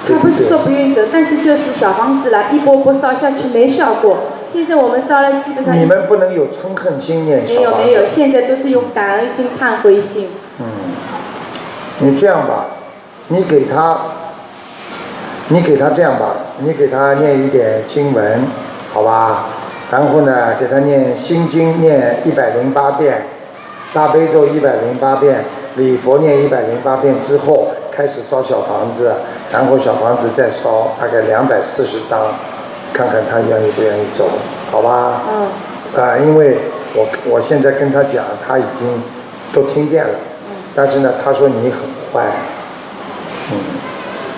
Speaker 2: 对
Speaker 9: 他不
Speaker 2: 对
Speaker 9: 是说不愿意走，但是就是小房子啦，一波波烧下去没效果。现在我们烧了，基本上
Speaker 2: 你们不能有嗔恨心念
Speaker 9: 没
Speaker 2: 小
Speaker 9: 有
Speaker 2: 房
Speaker 9: 没有，
Speaker 2: 子。
Speaker 9: 现在都是用感恩心、忏悔心。
Speaker 2: 你这样吧，你给他，你给他这样吧，你给他念一点经文，好吧？然后呢，给他念心经念一百零八遍，大悲咒一百零八遍，礼佛念一百零八遍之后，开始烧小房子，然后小房子再烧大概两百四十张，看看他愿意不愿意走，好吧？
Speaker 9: 嗯。
Speaker 2: 啊，因为我我现在跟他讲，他已经都听见了，
Speaker 9: 嗯
Speaker 2: 但是呢，他说你很坏，嗯，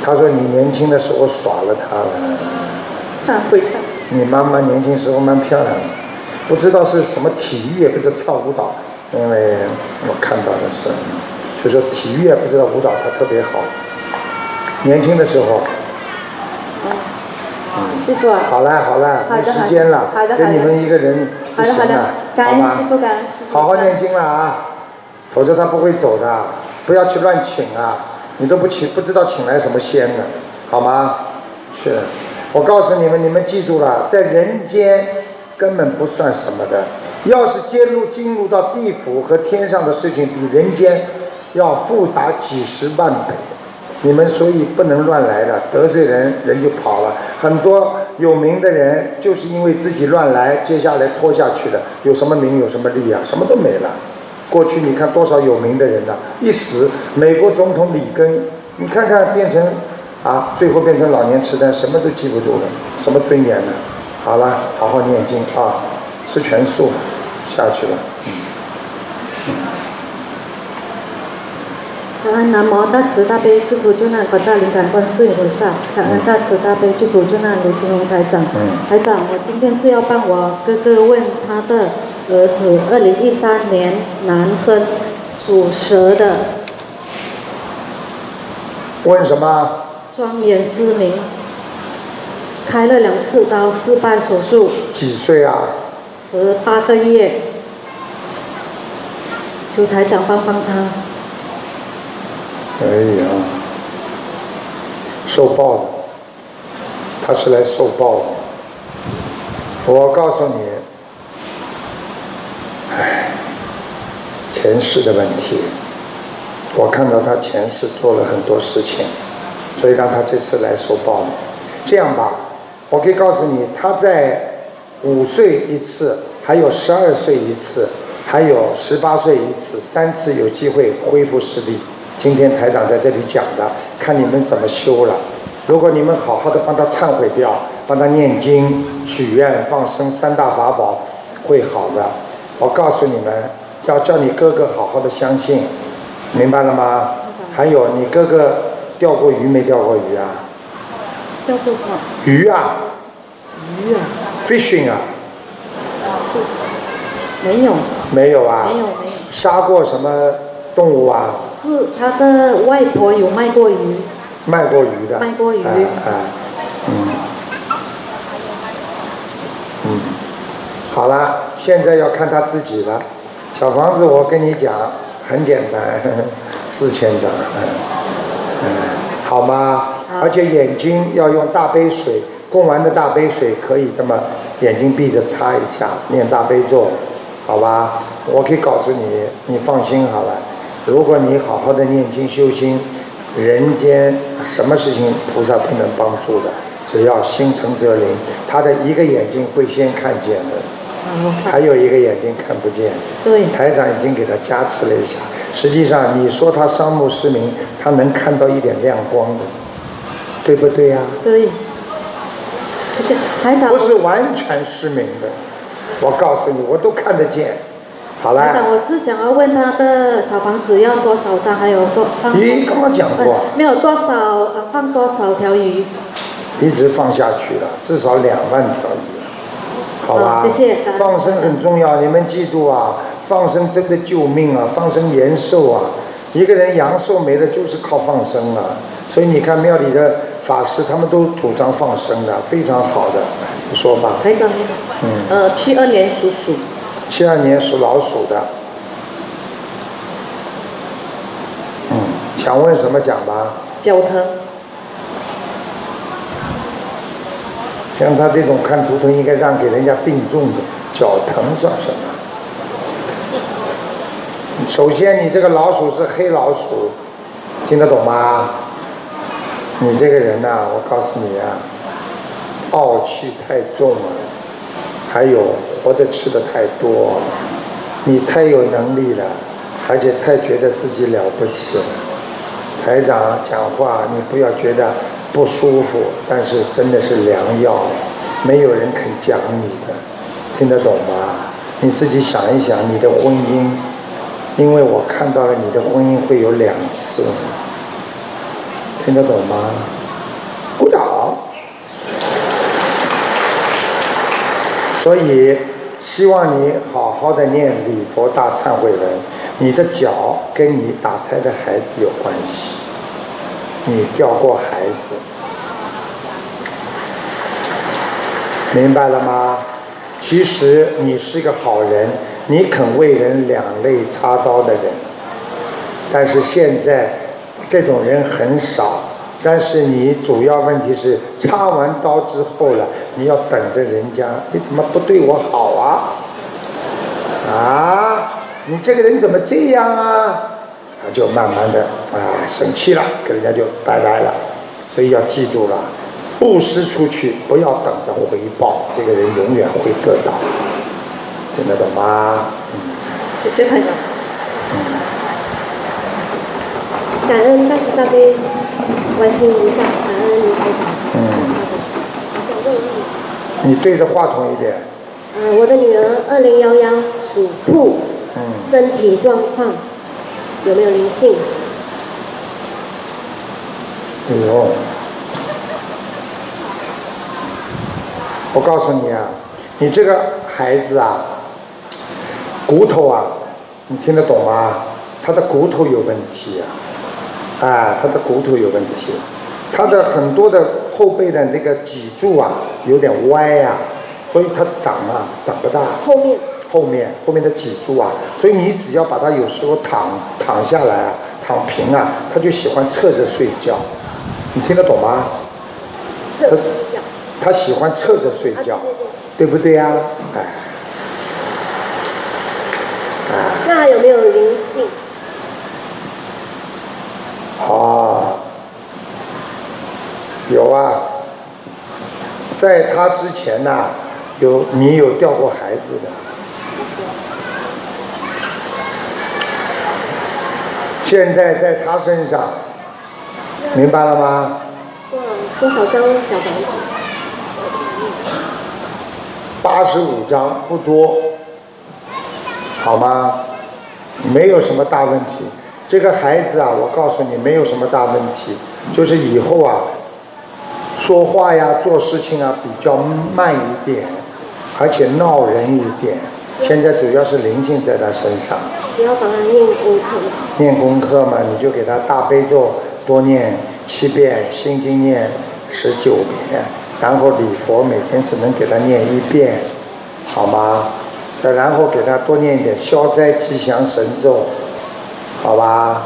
Speaker 2: 他说你年轻的时候耍了他了，
Speaker 9: 忏悔忏，
Speaker 2: 你妈妈年轻时候蛮漂亮的，不知道是什么体育，也不知道跳舞蹈，因为我看到的是，就说体育也不知道舞蹈，她特别好，年轻的时候。
Speaker 9: 师傅啊，
Speaker 2: 好了好了，
Speaker 9: 好
Speaker 2: 没
Speaker 9: 的好的
Speaker 2: 时间了
Speaker 9: 好的，
Speaker 2: 给
Speaker 9: 好的
Speaker 2: 你们一个人不
Speaker 9: 好的
Speaker 2: 行
Speaker 9: 好的
Speaker 2: 了，，
Speaker 9: 感
Speaker 2: 啊好
Speaker 9: 恩
Speaker 2: 吧
Speaker 9: 师？傅，感恩师傅。
Speaker 2: 好好念经了啊，否则他不会走的。不要去乱请啊，你都不请，不知道请来什么仙呢，好吗？是，我告诉你们，你们记住了，在人间根本不算什么的。要是揭露进入到地府和天上的事情，比人间要复杂几十万倍。你们所以不能乱来的，得罪人人就跑了。很多有名的人就是因为自己乱来，接下来拖下去的，有什么名有什么利啊，什么都没了。过去你看多少有名的人呐、一死，美国总统里根，你看看变成啊，最后变成老年痴呆，什么都记不住了，什么尊严呢？好了，好好念经啊，吃全素，下去了。
Speaker 10: 感恩南无啊大慈大悲救苦救难广大灵感观世音菩萨，感恩大慈大悲救苦救难卢清红台长。台长，我今天是要帮我哥哥问他的儿子，二零一三年男生，属蛇的，
Speaker 2: 问什么？
Speaker 10: 双眼失明，开了两次刀，失败手术，
Speaker 2: 几岁啊？
Speaker 10: 十八个月。求台长帮帮他。
Speaker 2: 哎呀，受报的，他是来受报的。我告诉你，唉，前世的问题，我看到他前世做了很多事情，所以让他这次来受报的。这样吧，我可以告诉你，他在五岁一次，还有十二岁一次，还有十八岁一次，三次有机会恢复视力。今天台长在这里讲的，看你们怎么修了。如果你们好好的帮他忏悔掉，帮他念经、许愿、放生三大法宝，会好的。我告诉你们，要叫你哥哥好好的相信，明白了吗？还有，你哥哥钓过鱼没钓过鱼啊？
Speaker 10: 叫做什么？
Speaker 2: 鱼啊
Speaker 10: 鱼啊，
Speaker 2: ，fishing 啊，
Speaker 10: 没有，
Speaker 2: 没有啊？
Speaker 10: 没有，没有。
Speaker 2: 杀过什么动物啊？
Speaker 10: 是他的外婆有卖过鱼，
Speaker 2: 卖过鱼的。
Speaker 10: 卖过鱼
Speaker 2: 啊啊，嗯，嗯，好啦，现在要看他自己了。小房子，我跟你讲，很简单， 四千张，嗯，嗯，好吗？而且眼睛要用大杯水，供完的大杯水可以这么眼睛闭着擦一下，念大悲咒，好吧？我可以告诉你，你放心好了。如果你好好的念经修心，人间什么事情菩萨都能帮助的，只要心诚则灵。他的一个眼睛会先看见的，还有一个眼睛看不见。
Speaker 10: 对，
Speaker 2: 台长已经给他加持了一下。实际上，你说他双目失明，他能看到一点亮光的，对不对呀、啊
Speaker 10: 对，不是台长，
Speaker 2: 不是完全失明的，我告诉你，我都看得见。好
Speaker 10: 台长，
Speaker 2: 了，
Speaker 10: 我是想要问他的小房子要多少张，还有放放
Speaker 2: 咦，刚刚讲过。
Speaker 10: 呃没有多少呃放多少条鱼？
Speaker 2: 一直放下去了，至少两万条鱼，好吧？
Speaker 6: 啊
Speaker 10: 好谢谢
Speaker 6: 嗯
Speaker 10: 感恩
Speaker 2: 放生很重要，你们记住啊，放生真的救命啊，放生延寿啊。一个人阳寿没了，就是靠放生啊。所以你看庙里的法师，他们都主张放生的，非常好的。你说吧，
Speaker 6: 台长你好，呃，七二年属鼠，
Speaker 2: 七二年属老鼠的，嗯，想问什么讲吧？
Speaker 6: 教他
Speaker 2: 像他这种看图腾，应该让给人家病重的，脚疼算什么？首先，你这个老鼠是黑老鼠，听得懂吗？你这个人呐、我告诉你啊，傲气太重了，还有活的吃的太多，你太有能力了，而且太觉得自己了不起了。台长讲话，你不要觉得不舒服，但是真的是良药，没有人肯讲你的，听得懂吗？你自己想一想你的婚姻，因为我看到了你的婚姻会有两次，听得懂吗？鼓掌。所以希望你好好的念礼佛大忏悔文。你的脚跟你打胎的孩子有关系，你掉过孩子，明白了吗？其实你是个好人，你肯为人两肋插刀的人，但是现在这种人很少。但是你主要问题是插完刀之后了，你要等着人家，你怎么不对我好啊？啊，你这个人怎么这样啊？他就慢慢的啊生气了，跟人家就拜拜了。所以要记住了，布施出去，不要等着回报，这个人永远会得到，听得懂吗？
Speaker 6: 谢谢台长。
Speaker 11: 感恩大慈大悲观世音菩萨，感恩卢台长。
Speaker 2: 嗯，你对着话筒一点，
Speaker 11: 呃，我的女儿二零幺幺属兔，
Speaker 2: 嗯，
Speaker 11: 身体状况有没有灵性？
Speaker 2: 哎呦，我告诉你啊，你这个孩子啊，骨头啊，你听得懂吗？他的骨头有问题啊，啊，他的骨头有问题，啊他的很多的后背的那个脊柱啊有点歪啊，所以他长啊长不大。
Speaker 11: 后面
Speaker 2: 后面后面的脊柱啊，所以你只要把它有时候躺躺下来啊，躺平啊，他就喜欢侧着睡觉，你听得懂吗？
Speaker 11: 这
Speaker 2: 他他喜欢侧着睡觉，啊对不对呀、哎，
Speaker 11: 那还有没有灵性？
Speaker 2: 啊，有啊，在他之前呐、有你有掉过孩子的，现在在他身上，明白了吗？
Speaker 11: 哇，多少张小房子？
Speaker 2: 八十五张不多，好吗？没有什么大问题。这个孩子啊，我告诉你，没有什么大问题，就是以后啊，说话呀、做事情啊比较慢一点，而且闹人一点。现在主要是灵性在他身上，
Speaker 11: 不要帮他念功课吗？
Speaker 2: 念功课嘛，你就给他大悲咒多念七遍，心经念十九遍，然后礼佛每天只能给他念一遍，好吗？再然后给他多念一点消灾吉祥神咒，好吧？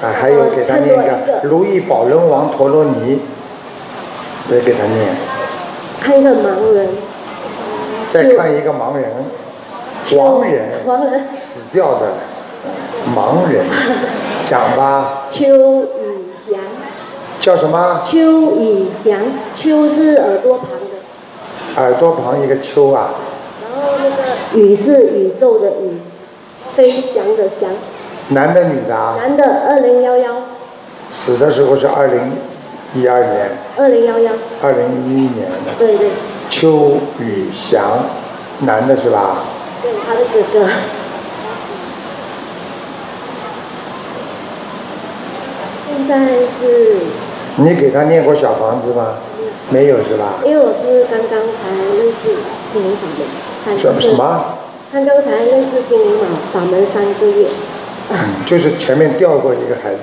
Speaker 2: 啊，还有给他念
Speaker 11: 看
Speaker 2: 个如意宝轮王陀罗尼，也给他念。
Speaker 11: 看一个盲人，
Speaker 2: 再看一个盲人，盲人
Speaker 11: 盲人
Speaker 2: 死掉的盲人，讲吧，
Speaker 11: 邱以翔，
Speaker 2: 叫什么？
Speaker 11: 邱以翔，邱是耳朵旁的，
Speaker 2: 耳朵旁一个秋啊，
Speaker 11: 然后那个宇是宇宙的宇，飞翔的翔，
Speaker 2: 男的女的啊？
Speaker 11: 男的二零幺幺，
Speaker 2: 死的时候是二零一二年，
Speaker 11: 二零幺幺，
Speaker 2: 二零一一年的
Speaker 11: 对对，
Speaker 2: 邱宇翔，男的是吧？
Speaker 11: 对他的哥哥，现在是
Speaker 2: 你给他念过小房子吗？没有是吧？
Speaker 11: 因为我是刚刚才认识心灵法门三
Speaker 2: 什
Speaker 11: 个
Speaker 2: 么
Speaker 11: 月，
Speaker 2: 什么？
Speaker 11: 刚刚才认识心灵法法门三个月，
Speaker 2: 嗯就是前面掉过一个孩子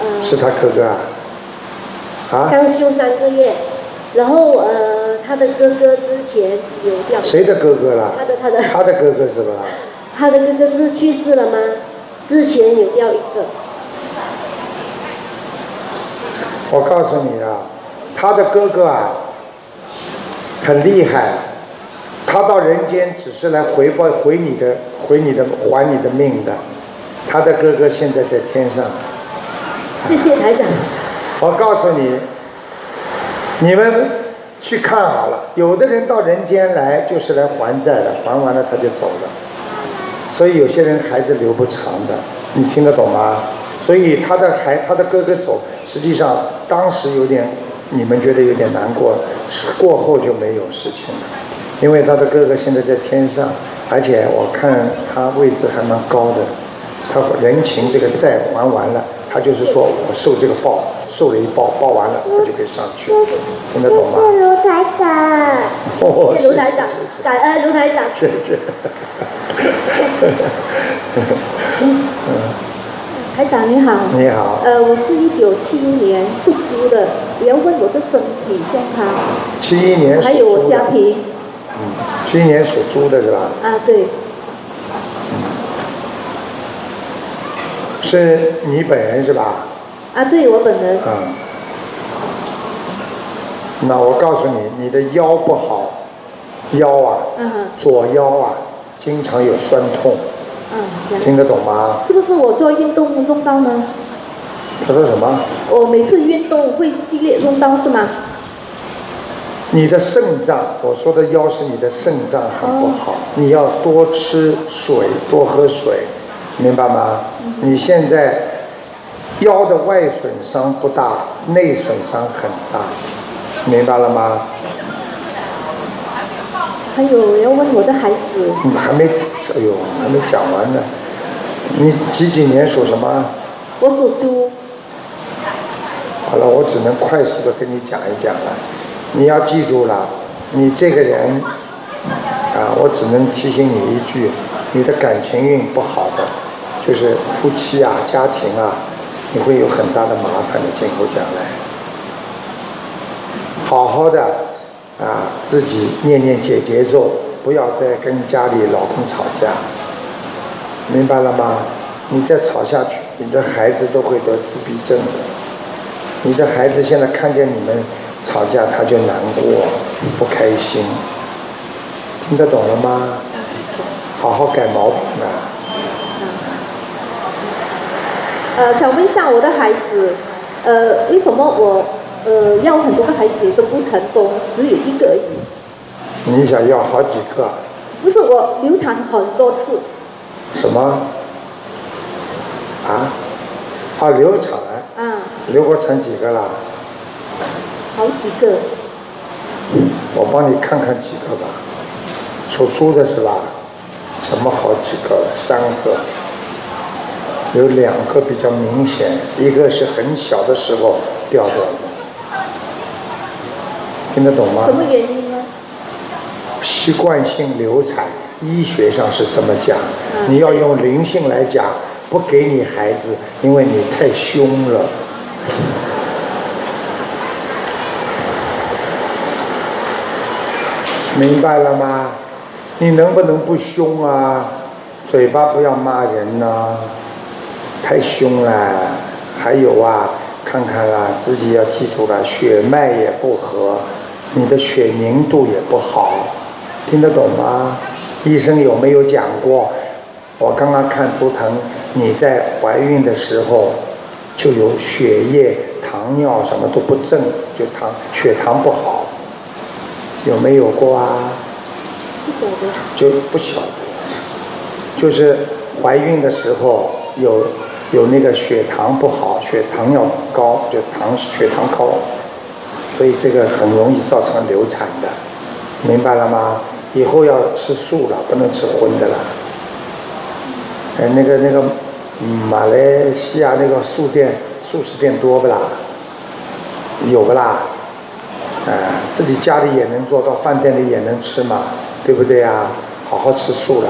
Speaker 11: 呃，
Speaker 2: 是吧？是他哥哥啊？啊？
Speaker 11: 刚休三个月，然后呃，他的哥哥之前有掉，
Speaker 2: 谁的哥哥啦？
Speaker 11: 他的他的
Speaker 2: 他的哥哥是吧？
Speaker 11: 他的哥哥是去世了吗？之前有掉一个，
Speaker 2: 我告诉你啊，他的哥哥啊，很厉害，他到人间只是来回报回你的回你的还你的命的。他的哥哥现在在天上，
Speaker 11: 谢谢台长。
Speaker 2: 我告诉你，你们去看好了。有的人到人间来就是来还债的，还完了他就走了。所以有些人孩子留不长的，你听得懂吗？所以他的孩，他的哥哥走，实际上当时有点，你们觉得有点难过，是过后就没有事情了，因为他的哥哥现在在天上，而且我看他位置还蛮高的，他人情这个债还完了，他就是说我受这个报，受了一报，报完了我就可以上去，听得懂吗？
Speaker 11: 谢卢台长，
Speaker 2: 哦
Speaker 11: 谢谢卢台长，感恩卢台长。
Speaker 2: 是是。
Speaker 9: 台长你好，
Speaker 2: 你好
Speaker 9: 呃，我是一九七一年属猪的，也要问我的身体健康，
Speaker 2: 七一年属
Speaker 9: 还有
Speaker 2: 猪
Speaker 9: 我
Speaker 2: 的
Speaker 9: 家庭
Speaker 2: 七一年属猪的是吧？
Speaker 9: 啊，对，
Speaker 2: 是你本人是吧？
Speaker 9: 啊，对我本人，
Speaker 2: 嗯。那我告诉你，你的腰不好，腰啊，
Speaker 9: 嗯哼
Speaker 2: 左腰啊，经常有酸痛，
Speaker 9: 嗯，这
Speaker 2: 听
Speaker 9: 样
Speaker 2: 得懂吗？
Speaker 9: 是不是我做运动弄到呢？
Speaker 2: 他说什么？
Speaker 9: 我每次运动会激烈弄到是吗？
Speaker 2: 你的肾脏，我说的腰是你的肾脏很不
Speaker 9: 哦
Speaker 2: 好，你要多吃水，多喝水，明白吗？
Speaker 9: 嗯
Speaker 2: 你现在腰的外损伤不大，内损伤很大，明白了吗？
Speaker 9: 还有我要问我的孩子，
Speaker 2: 你还没，哎呦，还没讲完呢。你几几年属什么？
Speaker 9: 我属猪，
Speaker 2: 好了，我只能快速的跟你讲一讲了。你要记住了，你这个人啊，我只能提醒你一句，你的感情运不好的，就是夫妻啊、家庭啊，你会有很大的麻烦的，今后将来。好好的啊，自己念念解节奏，不要再跟家里老公吵架，明白了吗？你再吵下去，你的孩子都会得自闭症的。你的孩子现在看见你们吵架，他就难过、不开心，听得懂了吗？好好改毛病啊！
Speaker 10: 呃，想问一下我的孩子，呃，为什么我呃要很多个孩子都不成功，只有一个而已？
Speaker 2: 你想要好几个？
Speaker 10: 不是我流产很多次，
Speaker 2: 什么？啊？啊，流产？
Speaker 10: 啊，
Speaker 2: 流过产几个啦？
Speaker 10: 好几个，
Speaker 2: 我帮你看看几个吧。属猪的是吧？什么好几个？三个，有两个比较明显，一个是很小的时候掉掉的，听得懂吗？
Speaker 10: 什么原因呢？
Speaker 2: 习惯性流产，医学上是这么讲，你要用灵性来讲，不给你孩子，因为你太凶了。明白了吗？你能不能不凶啊？嘴巴不要骂人呐、太凶了。还有啊，看看啦、自己要记住了，血脉也不和，你的血凝度也不好，听得懂吗？医生有没有讲过？我刚刚看图腾，你在怀孕的时候就有血液、糖尿什么都不正，就糖血糖不好，有没有过啊？
Speaker 10: 不晓得。
Speaker 2: 就不晓得，就是怀孕的时候有有那个血糖不好，血糖要高，就糖血糖高，所以这个很容易造成流产的，明白了吗？以后要吃素了，不能吃荤的了。呃，那个那个，嗯马来西亚那个素店素食店多不啦？有不啦？啊、自己家里也能做到，饭店里也能吃嘛，对不对啊？好好吃素了，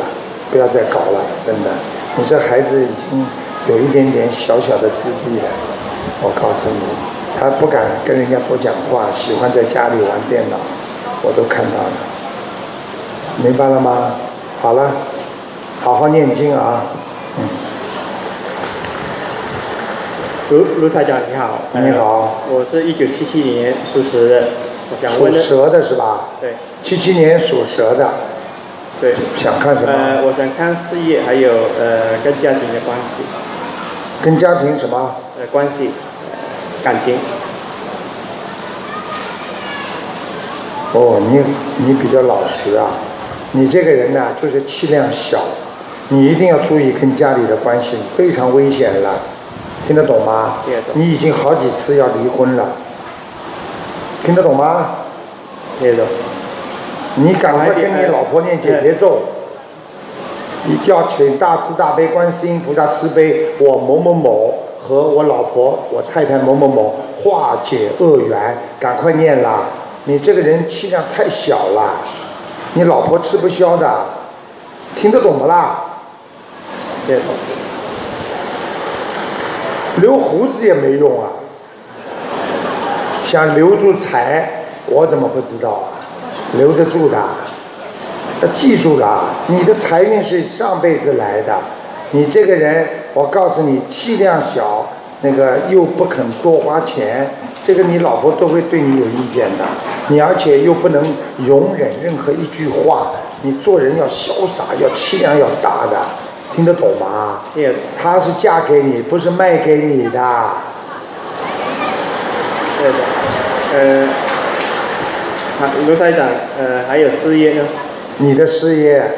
Speaker 2: 不要再搞了，真的。你这孩子已经有一点点小小的自闭了，我告诉你，他不敢跟人家多讲话，喜欢在家里玩电脑，我都看到了，明白了吗？好了，好好念经啊。
Speaker 12: 卢卢台长你好，呃
Speaker 2: 你好，
Speaker 12: 我是一九七七年属蛇的，我想
Speaker 2: 属
Speaker 12: 问的，
Speaker 2: 蛇的是吧？
Speaker 12: 对
Speaker 2: 七七年属蛇的，
Speaker 12: 对，
Speaker 2: 想看什么
Speaker 12: 呃，我想看事业还有呃跟家庭的关系，
Speaker 2: 跟家庭什么？
Speaker 12: 呃关系，呃感情，
Speaker 2: 哦，你你比较老实啊，你这个人呐、就是气量小，你一定要注意跟家里的关系，非常危险了，听得懂吗？
Speaker 12: 听得懂
Speaker 2: 你已经好几次要离婚了，听得懂吗？
Speaker 12: 听得懂。
Speaker 2: 你赶快跟你老婆念姐姐
Speaker 12: 哎
Speaker 2: 咒，你要请大慈大悲观世音菩萨慈悲我某某某和我老婆我太太某某某化解恶缘，赶快念啦！你这个人气量太小了，你老婆吃不消的，听得懂不啦？
Speaker 12: 听得懂。
Speaker 2: 留胡子也没用啊，想留住财，我怎么不知道啊？留得住的，要记住了，你的财运是上辈子来的，你这个人，我告诉你，气量小，那个又不肯多花钱，这个你老婆都会对你有意见的，你而且又不能容忍任何一句话，你做人要潇洒，要气量要大的，听得懂吗？
Speaker 12: 听得懂，
Speaker 2: 她是嫁给你，不是卖给你的。
Speaker 12: 听得懂。呃，啊卢台长，呃，还有事业呢，
Speaker 2: 你的事业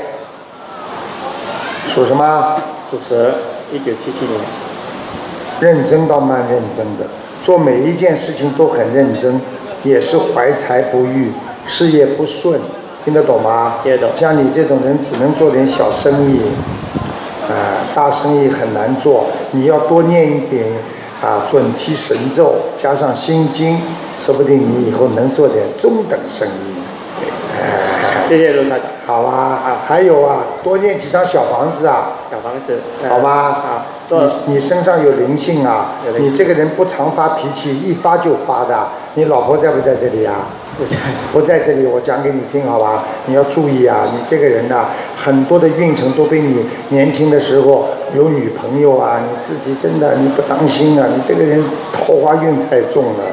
Speaker 2: 属什么？
Speaker 12: 属蛇，一九七七年，
Speaker 2: 认真到蛮认真的，做每一件事情都很认真，也是怀才不遇，事业不顺，听得懂吗？
Speaker 12: 听得懂。
Speaker 2: 像你这种人，只能做点小生意，啊、大生意很难做。你要多念一点啊，准提神咒加上心经，说不定你以后能做点中等生意。
Speaker 12: 谢谢卢台长。
Speaker 2: 好啊，还有啊，多念几张小房子啊，
Speaker 12: 小房子，呃
Speaker 2: 好吧？
Speaker 12: 啊，做
Speaker 2: 你你身上有灵性啊
Speaker 12: 有，灵性
Speaker 2: 你这个人不常发脾气，一发就发的。你老婆在不在这里啊？
Speaker 12: 不在，
Speaker 2: 不在这里，我讲给你听好吧？你要注意啊，你这个人呐、很多的运程都被你年轻的时候有女朋友啊，你自己真的你不当心啊，你这个人桃花运太重了。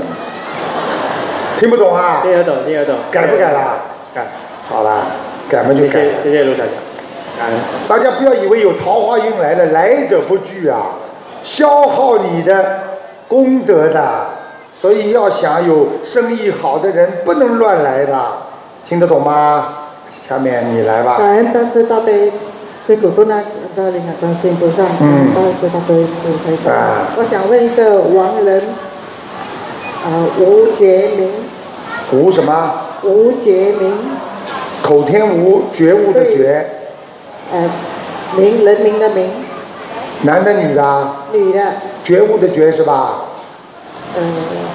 Speaker 2: 听不懂啊？
Speaker 12: 听得懂，听得懂。
Speaker 2: 改不改啦？
Speaker 12: 改。
Speaker 2: 好啦，改嘛
Speaker 12: 谢
Speaker 2: 就改
Speaker 12: 谢
Speaker 2: 了。
Speaker 12: 谢谢卢台长，感恩。
Speaker 2: 大家不要以为有桃花运来了，来者不拒啊，消耗你的功德的，所以要想有生意好的人，不能乱来的，听得懂吗？下面你来吧。
Speaker 13: 感恩大慈大悲水果姑娘的灵感观世音菩萨，感恩大慈大悲观世音菩萨
Speaker 2: 嗯啊
Speaker 13: 我想问一个亡人，呃，吴觉明，
Speaker 2: 无什么？
Speaker 13: 吴觉明，
Speaker 2: 口天无，觉悟的觉，
Speaker 13: 呃，明人民的明，
Speaker 2: 男的女的啊？
Speaker 13: 女的，
Speaker 2: 觉悟的觉是吧？
Speaker 13: 呃，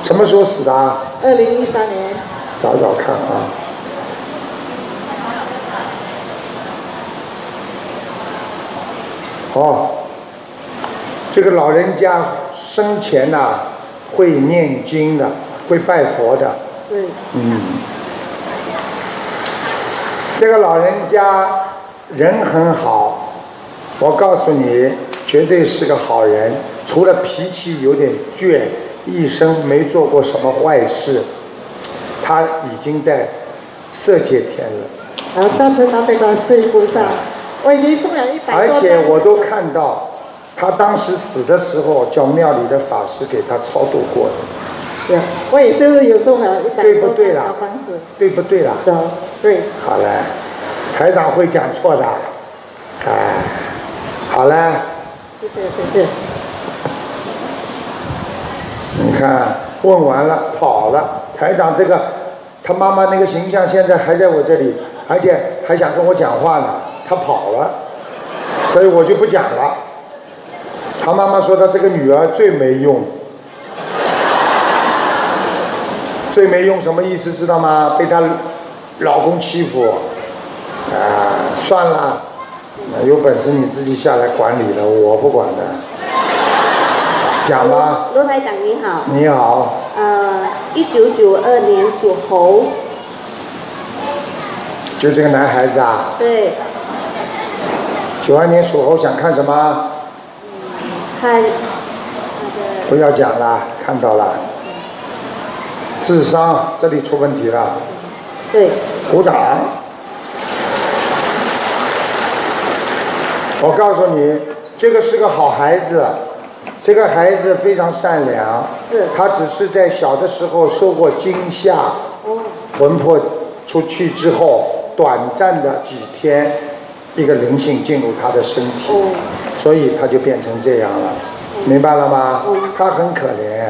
Speaker 2: 什么时候死的啊？
Speaker 13: 二零一三年，
Speaker 2: 找找看啊。哦，这个老人家生前呐、会念经的，会拜佛的。
Speaker 13: 对，
Speaker 2: 嗯，这个老人家人很好，我告诉你，绝对是个好人。除了脾气有点倔，一生没做过什么坏事，他已经在色界天了。
Speaker 13: 然后大慈大悲观世音菩萨，我已经送了一百多
Speaker 2: 而
Speaker 13: 张
Speaker 2: 且我都看到，他当时死的时候，叫庙里的法师给他超度过的。
Speaker 13: 对我也是有送了一百
Speaker 2: 对不
Speaker 13: 多
Speaker 2: 对
Speaker 13: 张
Speaker 2: 啦
Speaker 13: 小房子，
Speaker 2: 对不对啦？
Speaker 13: 对，
Speaker 2: 好嘞，台长会讲错的，哎，好嘞，
Speaker 13: 谢谢谢谢。
Speaker 2: 你看问完了跑了，台长这个他妈妈那个形象现在还在我这里，而且还想跟我讲话呢，他跑了，所以我就不讲了。他妈妈说他这个女儿最没用，最没用什么意思知道吗？被她老公欺负，啊、算了，那有本事你自己下来管理了，我不管的。讲吧，
Speaker 10: 罗台长你好，
Speaker 2: 你好，
Speaker 10: 呃，一九九二年属猴，
Speaker 2: 就这个男孩子啊，
Speaker 10: 对，
Speaker 2: 九二年属猴，想看什么？
Speaker 10: 嗯看
Speaker 2: 不要讲了，看到了。智商这里出问题了，
Speaker 10: 对，
Speaker 2: 鼓掌。我告诉你，这个是个好孩子，这个孩子非常善良，
Speaker 10: 是
Speaker 2: 他只是在小的时候受过惊吓，魂魄出去之后，短暂的几天，一个灵性进入他的身体，
Speaker 10: 哦
Speaker 2: 所以他就变成这样了，
Speaker 10: 嗯
Speaker 2: 明白了吗？他很可怜，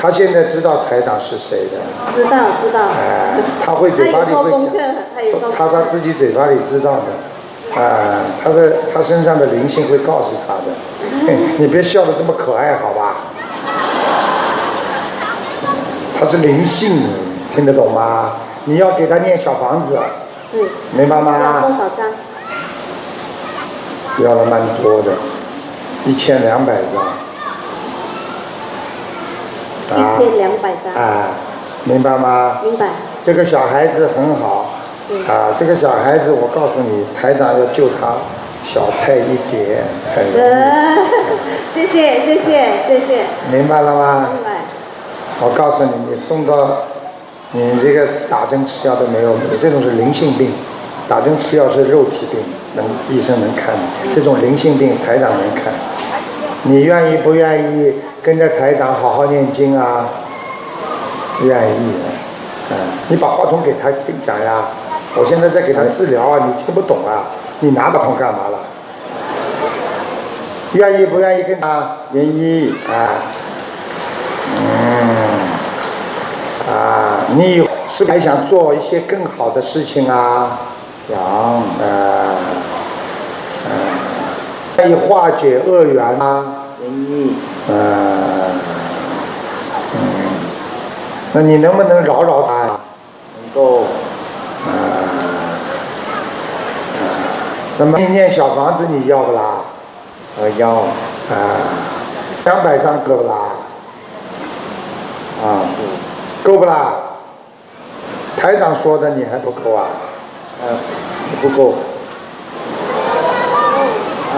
Speaker 2: 他现在知道台长是谁的，
Speaker 10: 知道知道，
Speaker 2: 哎，他会嘴巴
Speaker 10: 有
Speaker 2: 里
Speaker 10: 做
Speaker 2: 会
Speaker 10: 功
Speaker 2: 讲
Speaker 10: 课，，他有做
Speaker 2: 他他
Speaker 10: 功课，
Speaker 2: 自己嘴巴里知道的，啊，他的他身上的灵性会告诉他的， 嘿你别笑得这么可爱，好吧？他是灵性，听得懂吗？你要给他念小房子，
Speaker 10: 嗯，
Speaker 2: 明白
Speaker 10: 要多
Speaker 2: 吗？
Speaker 10: 少张？
Speaker 2: 要了蛮多的，一千两百张。
Speaker 10: 一千两百张，
Speaker 2: 啊，明白吗？
Speaker 10: 明白？
Speaker 2: 这个小孩子很好，
Speaker 10: 嗯
Speaker 2: 啊，这个小孩子，我告诉你，台长要救他，小菜一碟，很容
Speaker 10: 呃， 谢谢谢谢谢谢，
Speaker 2: 易，明白了吗？
Speaker 10: 明白？
Speaker 2: 我告诉你，你送到，你这个打针吃药都没有，你这种是灵性病，打针吃药是肉体病，能医生能看
Speaker 10: 嗯
Speaker 2: 的，这种灵性病台长能看。你愿意不愿意跟着台长好好念经啊？愿意，嗯，你把话筒给他跟讲呀，我现在在给他治疗啊，你听不懂啊，你拿着筒干嘛了？愿意不愿意跟他？愿意啊。嗯，啊，你有是不是还想做一些更好的事情啊？想，呃，啊嗯、愿意化解恶缘吗？愿意。呃，那你能不能饶饶他呀？啊
Speaker 12: 能够
Speaker 2: 那么念小房子你要不啦？
Speaker 12: 呃要啊
Speaker 2: 两百张够不啦？
Speaker 12: 啊
Speaker 2: 够不啦？台长说的你还不够啊？
Speaker 12: 呃不够，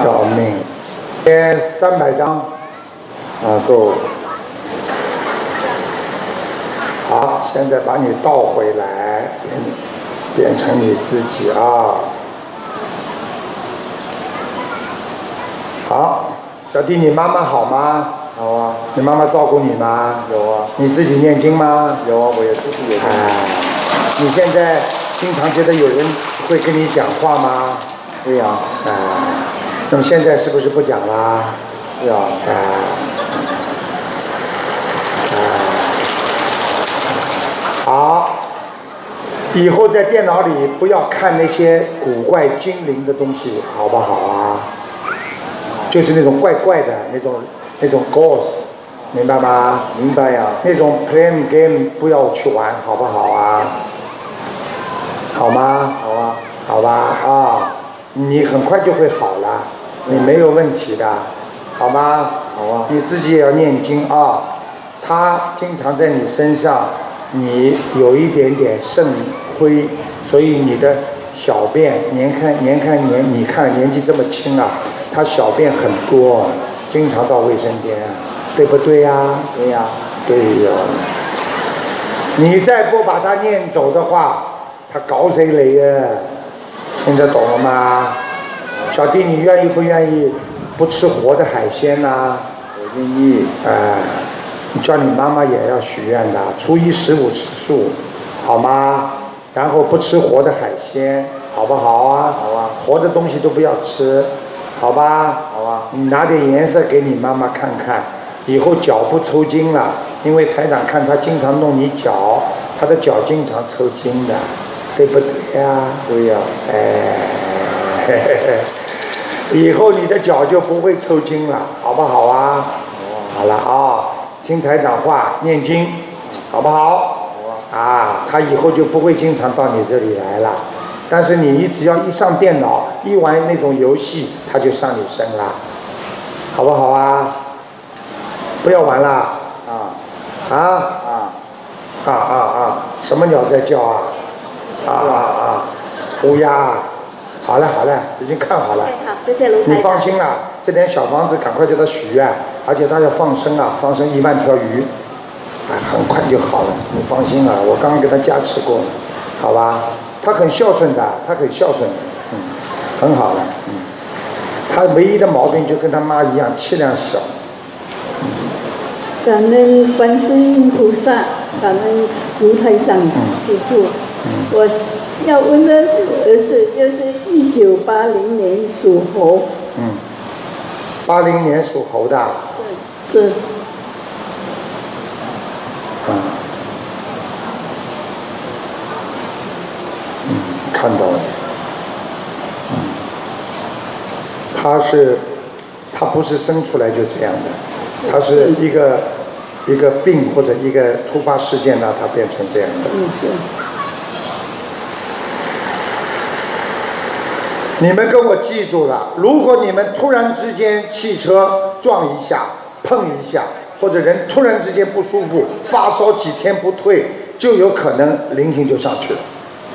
Speaker 2: 要命！贴三百张
Speaker 12: 啊够
Speaker 2: 好，现在把你倒回来，变变成你自己啊。好，小弟，你妈妈好吗？
Speaker 12: 好啊
Speaker 2: 你妈妈照顾你吗？
Speaker 12: 有啊
Speaker 2: 你自己念经吗？
Speaker 12: 有啊我也自己有
Speaker 2: 啊。你现在经常觉得有人会跟你讲话吗？对呀、啊。那么现在是不是不讲啦？
Speaker 12: 对啊
Speaker 2: 啊。啊。好，以后在电脑里不要看那些古怪精灵的东西，好不好啊？就是那种怪怪的那种那种 ghost，明白吗？明白呀、那种 plan game 不要去玩，好不好啊？好吗？好啊。好吧啊，你很快就会好了，你没有问题的，好吗？好啊。你自己也要念经啊，他经常在你身上，你有一点点肾亏，所以你的小便，年看年看年，你看年纪这么轻啊，他小便很多啊，经常到卫生间啊，对不对呀、对呀、对呀、你再不把他念走的话，他搞谁来呀？听得懂了吗？小弟，你愿意不愿意不吃活的海鲜啊呐、我愿意。哎、你叫你妈妈也要许愿的，初一十五吃素，好吗？然后不吃活的海鲜，好不好啊？好啊。活的东西都不要吃，好吧？好啊。你拿点颜色给你妈妈看看，以后脚不抽筋了，因为台长看她经常弄你脚，她的脚经常抽筋的，对不对呀、对呀、哎，嘿嘿嘿，以后你的脚就不会抽筋了，好不好啊？好了啊、听台长话，念经，好不好？啊，他以后就不会经常到你这里来了。但是你只要一上电脑，一玩那种游戏，他就上你身了，好不好啊？不要玩啦！啊啊啊啊啊啊！什么鸟在叫啊？啊啊啊！乌鸦啊！好了好了，已经看好了。
Speaker 10: 好，谢谢卢
Speaker 2: 你
Speaker 10: 台
Speaker 2: 放
Speaker 10: 长。
Speaker 2: 心啦，这点小房子赶快叫他许愿，而且他要放生啊，放生一万条鱼，啊，很快就好了，你放心啊，我刚刚给他加持过了，好吧？他很孝顺的，他很孝顺的，嗯，很好的，嗯，他唯一的毛病就跟他妈一样，气量小，
Speaker 6: 感恩观世音菩萨，感恩卢台长师父。我要问的儿子就是一九八零年属猴，
Speaker 2: 嗯，八零年属猴的，啊
Speaker 6: 是
Speaker 2: 嗯，嗯，看到了，嗯，他是，他不是生出来就这样的，他是一个一个病或者一个突发事件让他变成这样的。
Speaker 6: 嗯是。
Speaker 2: 你们跟我记住了，如果你们突然之间汽车撞一下、碰一下，或者人突然之间不舒服、发烧几天不退，就有可能灵性就上去了。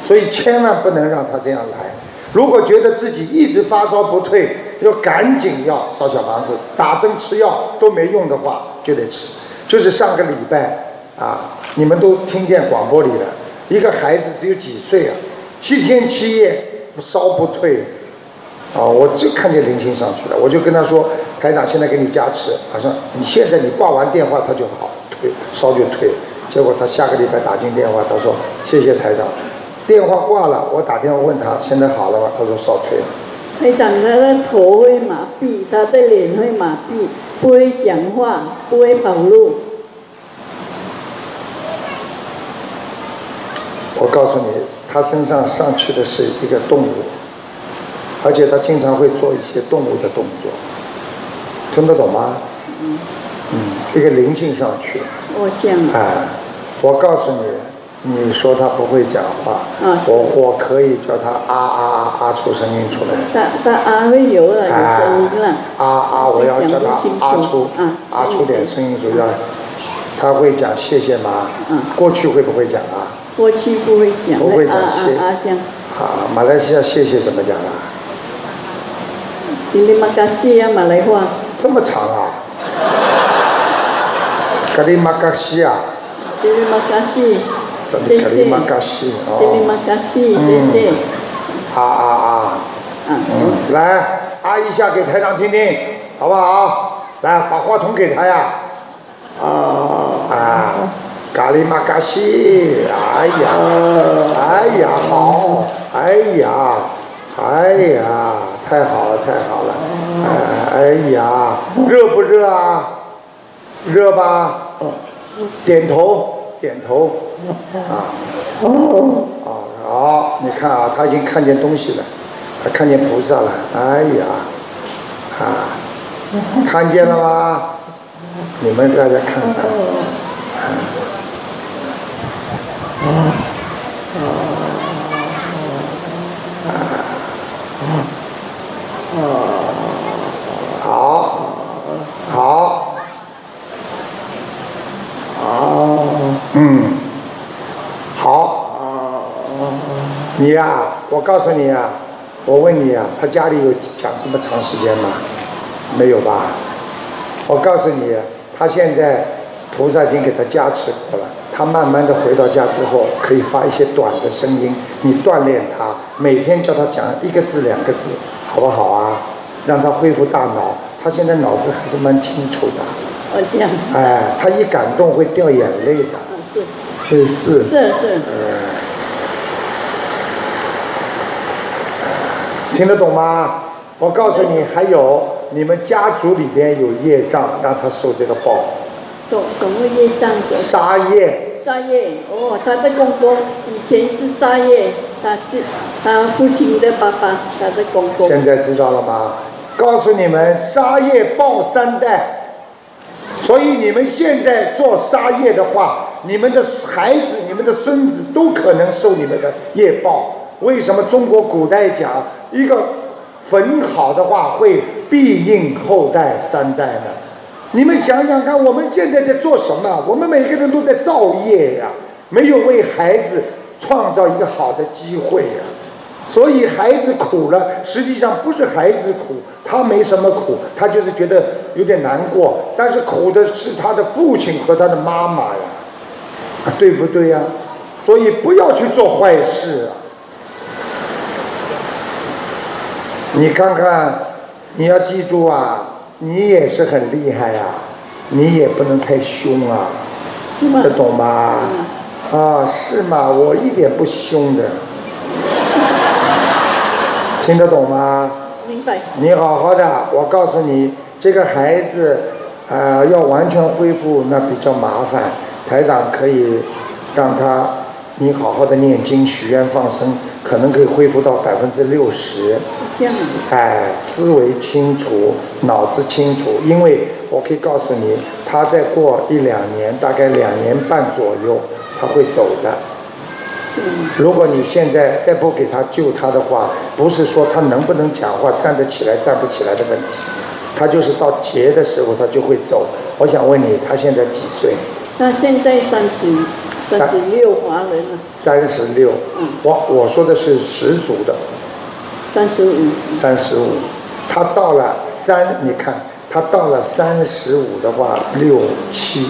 Speaker 2: 所以千万不能让他这样来。如果觉得自己一直发烧不退，要赶紧要烧小房子，打针吃药都没用的话，就得吃。就是上个礼拜啊，你们都听见广播里了，一个孩子只有几岁啊，七天七夜烧不退，啊，我就看见灵性上去了，我就跟他说，台长现在给你加持，好像你现在你挂完电话他就好退烧就退，结果他下个礼拜打进电话，他说谢谢台长，电话挂了，我打电话问他现在好了吗？他说烧退了。
Speaker 6: 台长他的头会麻痹，他的脸会麻痹，不会讲话，不会跑路。
Speaker 2: 我告诉你，他身上上去的是一个动物，而且他经常会做一些动物的动作，听得懂吗？
Speaker 6: 嗯，
Speaker 2: 嗯，一个灵性上去了。
Speaker 6: 我讲
Speaker 2: 哎，我告诉你，你说他不会讲话，
Speaker 6: 啊
Speaker 2: 我我可以叫他啊啊啊啊出声音出来，
Speaker 6: 他他啊会有了有声音了，
Speaker 2: 啊啊，我要叫他啊出
Speaker 6: 嗯
Speaker 2: 啊出点声音出来，
Speaker 6: 啊
Speaker 2: 他会讲谢谢吗？过去会不会讲啊？
Speaker 6: 过去不会讲，
Speaker 2: 不会讲
Speaker 6: 啊啊
Speaker 2: 谢
Speaker 6: 啊这样，
Speaker 2: 啊，马来西亚谢谢怎么讲啊？
Speaker 6: terima kasih 啊马来话，
Speaker 2: 这么长啊？格里马嘎西啊，
Speaker 6: terima kasih，
Speaker 2: 这
Speaker 6: 谢
Speaker 2: 里格里
Speaker 6: 谢
Speaker 2: 马嘎西哦，
Speaker 6: terima kasih，谢谢，
Speaker 2: 啊啊啊，嗯，来啊一下给台长听听，好不好？来，把话筒给他呀。哦。啊，咖喱马嘎西，哎呀，哎呀，好，哎呀，哎呀，太好了，太好了，哎哎呀，热不热啊？热吧？点头，点头，啊。
Speaker 4: 哦，
Speaker 2: 哦，好，你看啊，他已经看见东西了，他看见菩萨了，哎呀，啊，看见了吗？你们大家看看，好，好，好，嗯，好。你呀、我告诉你呀、我问你呀、他家里有讲这么长时间吗？没有吧？我告诉你，他现在菩萨已经给他加持过了，他慢慢的回到家之后，可以发一些短的声音，你锻炼他，每天叫他讲一个字两个字，好不好啊？让他恢复大脑，他现在脑子还是蛮清楚的，
Speaker 6: 哦这样，
Speaker 2: 哎，他一感动会掉眼泪的，
Speaker 6: 啊是
Speaker 2: 是是。
Speaker 6: 是是，
Speaker 2: 听得懂吗？我告诉你，还有你们家族里边有业障，让他受这个报。
Speaker 6: 懂懂个业障者，
Speaker 2: 杀业，
Speaker 6: 沙业，哦他的公公以前是沙业，他是他父亲的爸爸，他的公公，
Speaker 2: 现在知道了吗？告诉你们，杀业报三代。所以你们现在做杀业的话，你们的孩子、你们的孙子都可能受你们的业报。为什么中国古代讲一个坟好的话会庇应后代三代呢？你们想想看，我们现在在做什么？我们每个人都在造业呀、没有为孩子创造一个好的机会呀、所以孩子苦了，实际上不是孩子苦，他没什么苦，他就是觉得有点难过。但是苦的是他的父亲和他的妈妈呀，啊对不对呀、所以不要去做坏事啊。你看看，你要记住啊，你也是很厉害呀、你也不能太凶啊，这懂吗？啊，是吗？我一点不凶的。听得懂吗？
Speaker 6: 明白，
Speaker 2: 你好好的，我告诉你，这个孩子，呃，要完全恢复那比较麻烦。台长可以让他，你好好的念经、许愿、放生，可能可以恢复到百分之六十。
Speaker 6: 这样，
Speaker 2: 哎，思维清楚，脑子清楚，因为我可以告诉你，他再过一两年，大概两年半左右，他会走的。如果你现在再不给他救他的话，不是说他能不能讲话、站得起来、站不起来的问题，他就是到劫的时候他就会走。我想问你，他现在几岁？
Speaker 6: 他现在三十
Speaker 2: 三
Speaker 6: 三十六华人了，嗯
Speaker 2: 三十六。我我说的是十足的。
Speaker 6: 三十五，
Speaker 2: 三十五，他到了三，你看他到了三十五的话，六七，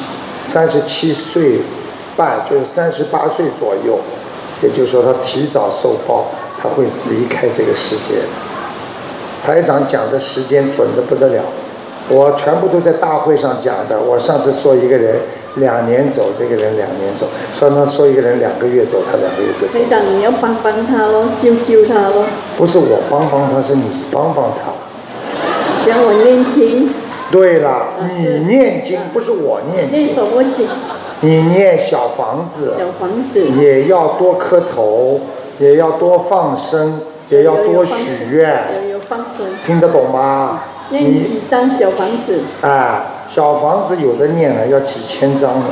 Speaker 2: 三十七岁半，就是三十八岁左右，也就是说他提早受报，他会离开这个世界。台长讲的时间准的不得了，我全部都在大会上讲的。我上次说一个人两年走，这个人两年走；上次说一个人两个月走，他两个月就走。
Speaker 6: 台长你要帮帮他咯，救救他咯，
Speaker 2: 不是我帮帮他，是你帮帮他。
Speaker 6: 让我念经，
Speaker 2: 对了，
Speaker 6: 嗯
Speaker 2: 你念经不是我念
Speaker 6: 念
Speaker 2: 经，
Speaker 6: 什么经？
Speaker 2: 你念小房子，
Speaker 6: 小房子，
Speaker 2: 也要多磕头，也要多放生，也要多许愿，
Speaker 6: 有放生，
Speaker 2: 听得懂吗？
Speaker 6: 念
Speaker 2: 你哎
Speaker 6: 几张小房子，
Speaker 2: 啊，小房子有的念了要几千张呢，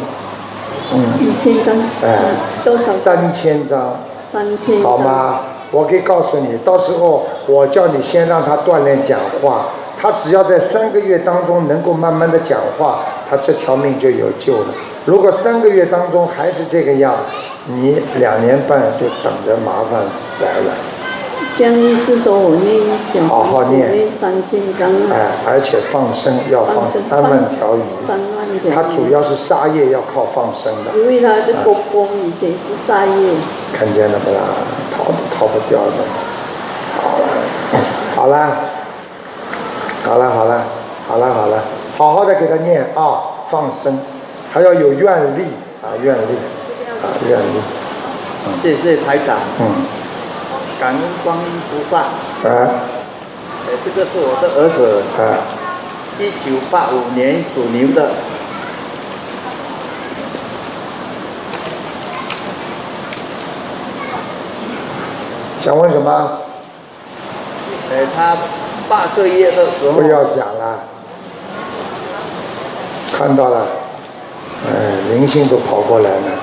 Speaker 2: 嗯，
Speaker 6: 一千张，
Speaker 2: 哎，
Speaker 6: 多少
Speaker 2: 三千张，
Speaker 6: 三千张
Speaker 2: 好吗？我可以告诉你，到时候我叫你先让他锻炼讲话，他只要在三个月当中能够慢慢的讲话，他这条命就有救了。如果三个月当中还是这个样，你两年半就等着麻烦来了。
Speaker 6: 江医师说我念小
Speaker 2: 好好
Speaker 6: 房子
Speaker 2: 念
Speaker 6: 念三千张啊，
Speaker 2: 哎，而且放生要放
Speaker 6: 放生
Speaker 2: 三万条鱼，
Speaker 6: 三万条。
Speaker 2: 它主要是沙业要靠放生的。
Speaker 6: 因为他的
Speaker 2: 啊
Speaker 6: 公公以前是沙业，
Speaker 2: 看见了不啦？逃都逃不掉的。好啦，好啦，好啦，好啦，好啦，好啦，好好的给他念啊，放生，还要有愿力啊，愿力啊，愿力，
Speaker 14: 谢谢台长，
Speaker 2: 嗯，
Speaker 14: 感恩观音菩萨。
Speaker 2: 啊，
Speaker 14: 呃，这个是我的儿子，
Speaker 2: 啊，
Speaker 14: 一九八五年属牛的。
Speaker 2: 想问什么？
Speaker 12: 哎
Speaker 14: 呃，他八个月的时候，
Speaker 2: 不要讲了，看到了，哎，灵性都跑过来了，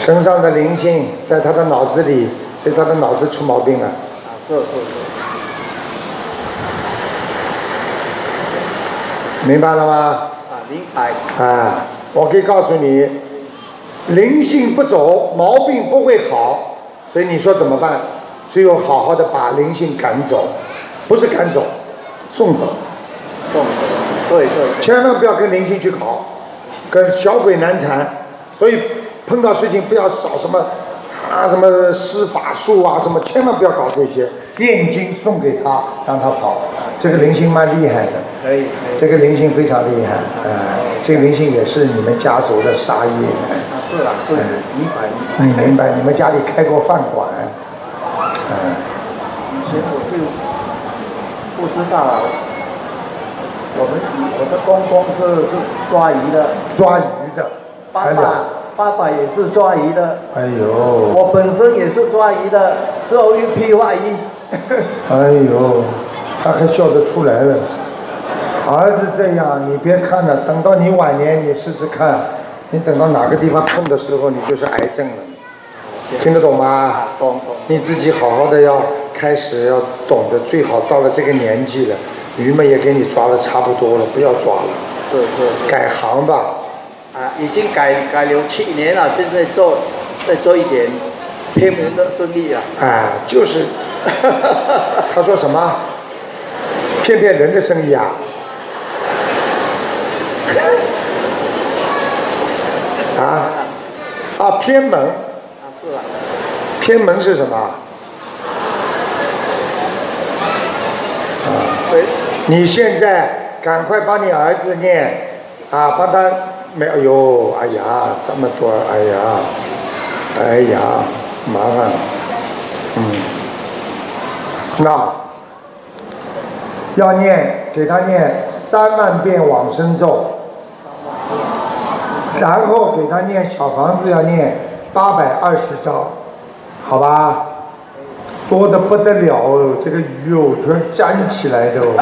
Speaker 2: 身上的灵性在他的脑子里，所以他的脑子出毛病了。
Speaker 14: 啊，是是是，
Speaker 2: 明白了吗？
Speaker 14: 啊，明白。
Speaker 2: 啊，我可以告诉你，灵性不走，毛病不会好，所以你说怎么办？只有好好的把灵性赶走，不是赶走，送走，
Speaker 14: 送走，对对，
Speaker 2: 千万不要跟灵性去搞，跟小鬼难缠。所以碰到事情不要找什么啊什么施法术啊什么，千万不要搞这些。念经送给他，让他跑。这个灵性蛮厉害的。
Speaker 14: 可以可以。
Speaker 2: 这个灵性非常厉害，呃，这个灵性也是你们家族的杀业，
Speaker 14: 啊，是啊，对，明白明白。
Speaker 2: 你明白？你们家里开过饭馆，嗯、
Speaker 14: 以前我就不知道啊。我们我的公公是是抓鱼的，
Speaker 2: 抓鱼的，
Speaker 14: 爸
Speaker 2: 还有
Speaker 14: 爸爸爸也是抓鱼的，
Speaker 2: 哎呦，
Speaker 14: 我本身也是抓鱼的，最后一批外衣。
Speaker 2: 哎呦，他还笑得出来了。儿子这样，你别看了，等到你晚年你试试看，你等到哪个地方痛的时候，你就是癌症了。听得懂吗？
Speaker 14: 懂懂。
Speaker 2: 你自己好好的要开始要懂得，最好到了这个年纪了，鱼嘛也给你抓的差不多了，不要抓了，
Speaker 14: 对对
Speaker 2: 改行吧。
Speaker 14: 啊，已经改改了七年了，现在做再做一点偏门的生意啊。
Speaker 2: 啊，就是， 他说什么？骗骗人的生意啊？ 啊？啊，偏门。
Speaker 14: 啊，是啊，
Speaker 2: 偏门是什么？啊，啊你现在赶快帮你儿子念，啊，帮他没有，哎呦，哎呀，这么多，哎呀，哎呀，麻烦，嗯，那要念，给他念三万遍往生咒，然后给他念小房子要念八百二十章。好吧，多的不得了哦，这个鱼哦，全粘起来的哦，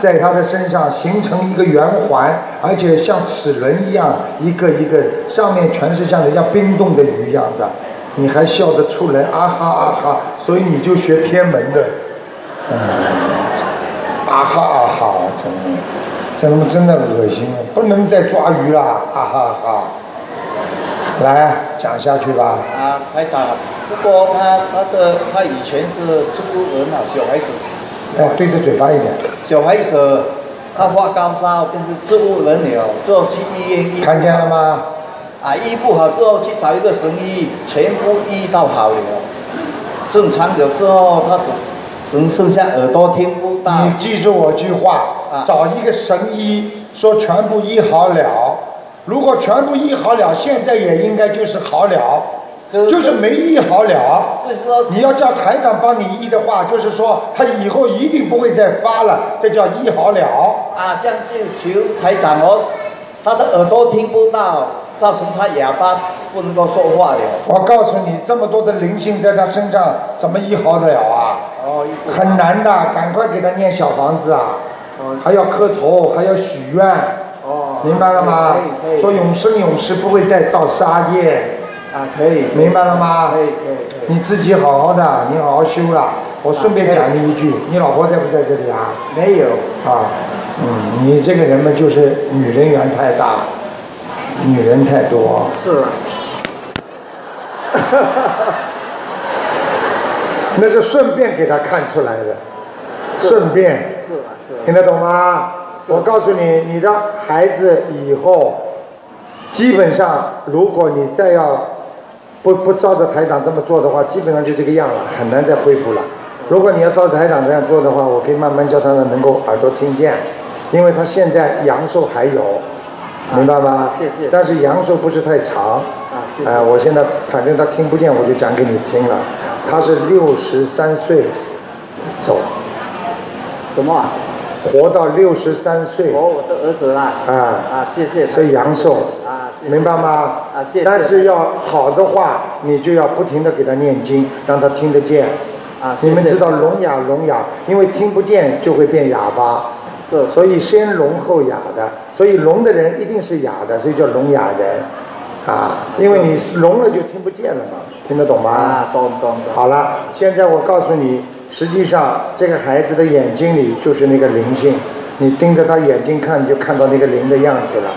Speaker 2: 在它的身上形成一个圆环，而且像齿轮一样，一个一个，上面全是像人家冰冻的鱼一样的，你还笑得出来啊哈啊哈，所以你就学偏门的，嗯，啊哈啊哈，真的，真的真的恶心了，不能再抓鱼了，啊哈啊哈，来讲下去吧，
Speaker 14: 啊，台长啊，不过他他的他以前是出人啊，小孩子，
Speaker 2: 哎，对着嘴巴一点。
Speaker 14: 小孩子他发高烧，便是植物人了，最后去医院医。
Speaker 2: 看见了吗？
Speaker 14: 啊，医不好之后去找一个神医，全部医到好了。正常有之后，他只只剩下耳朵听不到。
Speaker 2: 你记住我句话，找一个神医说全部医好了，如果全部医好了，现在也应该就是好了，就是没医好了。你要叫台长帮你医的话，就是说他以后一定不会再发了，这叫医好了。
Speaker 14: 啊，这样就求台长哦，他的耳朵听不到，造成他哑巴不能够说话了。
Speaker 2: 我告诉你，这么多的灵性在他身上，怎么医好得了啊？
Speaker 14: 哦，
Speaker 2: 很难的，赶快给他念小房子啊，还要磕头，还要许愿，明白了吗
Speaker 12: 啊可以可？以
Speaker 2: 说永生永世不会再造杀业，
Speaker 12: 啊，可以，可以
Speaker 2: 明白了吗
Speaker 12: 可以可以可以。
Speaker 2: 你自己好好的，你好好修了。我顺便讲你一句，你老婆在不在这里
Speaker 12: 啊
Speaker 2: 啊？
Speaker 12: 没有
Speaker 2: 啊，嗯，你这个人嘛，就是女人缘太大了，女人太多。
Speaker 12: 是。啊
Speaker 2: 那是顺便给他看出来的，顺便。
Speaker 12: 是吧？是啊吧？
Speaker 2: 听得懂吗？我告诉你，你的孩子以后，基本上如果你再要不不照着台长这么做的话，基本上就这个样了，很难再恢复了。如果你要照着台长这样做的话，我可以慢慢教他能够耳朵听见，因为他现在阳寿还有，明白吗？
Speaker 12: 啊谢谢
Speaker 2: 但是阳寿不是太长。
Speaker 12: 啊，谢谢
Speaker 2: 哎、我现在反正他听不见，我就讲给你听了。他是六十三岁走，
Speaker 12: 什么啊？
Speaker 2: 活到六十三岁。
Speaker 12: 哦，我的儿子啊。
Speaker 2: 啊
Speaker 12: 啊，谢谢。
Speaker 2: 是阳寿
Speaker 12: 啊，谢谢
Speaker 2: 明白吗？
Speaker 12: 啊，谢谢。
Speaker 2: 但是要好的话，你就要不停的给他念经，让他听得见。
Speaker 12: 啊，谢
Speaker 2: 你
Speaker 12: 谢
Speaker 2: 们知道聋哑聋哑，因为听不见就会变哑巴，
Speaker 12: 是
Speaker 2: 所以先聋后哑的，所以聋的人一定是哑的，所以叫聋哑人，啊，因为你聋了就听不见了嘛，听得懂吗？
Speaker 12: 啊，懂懂懂。
Speaker 2: 好了，现在我告诉你，实际上这个孩子的眼睛里就是那个灵性，你盯着他眼睛看，你就看到那个灵的样子了。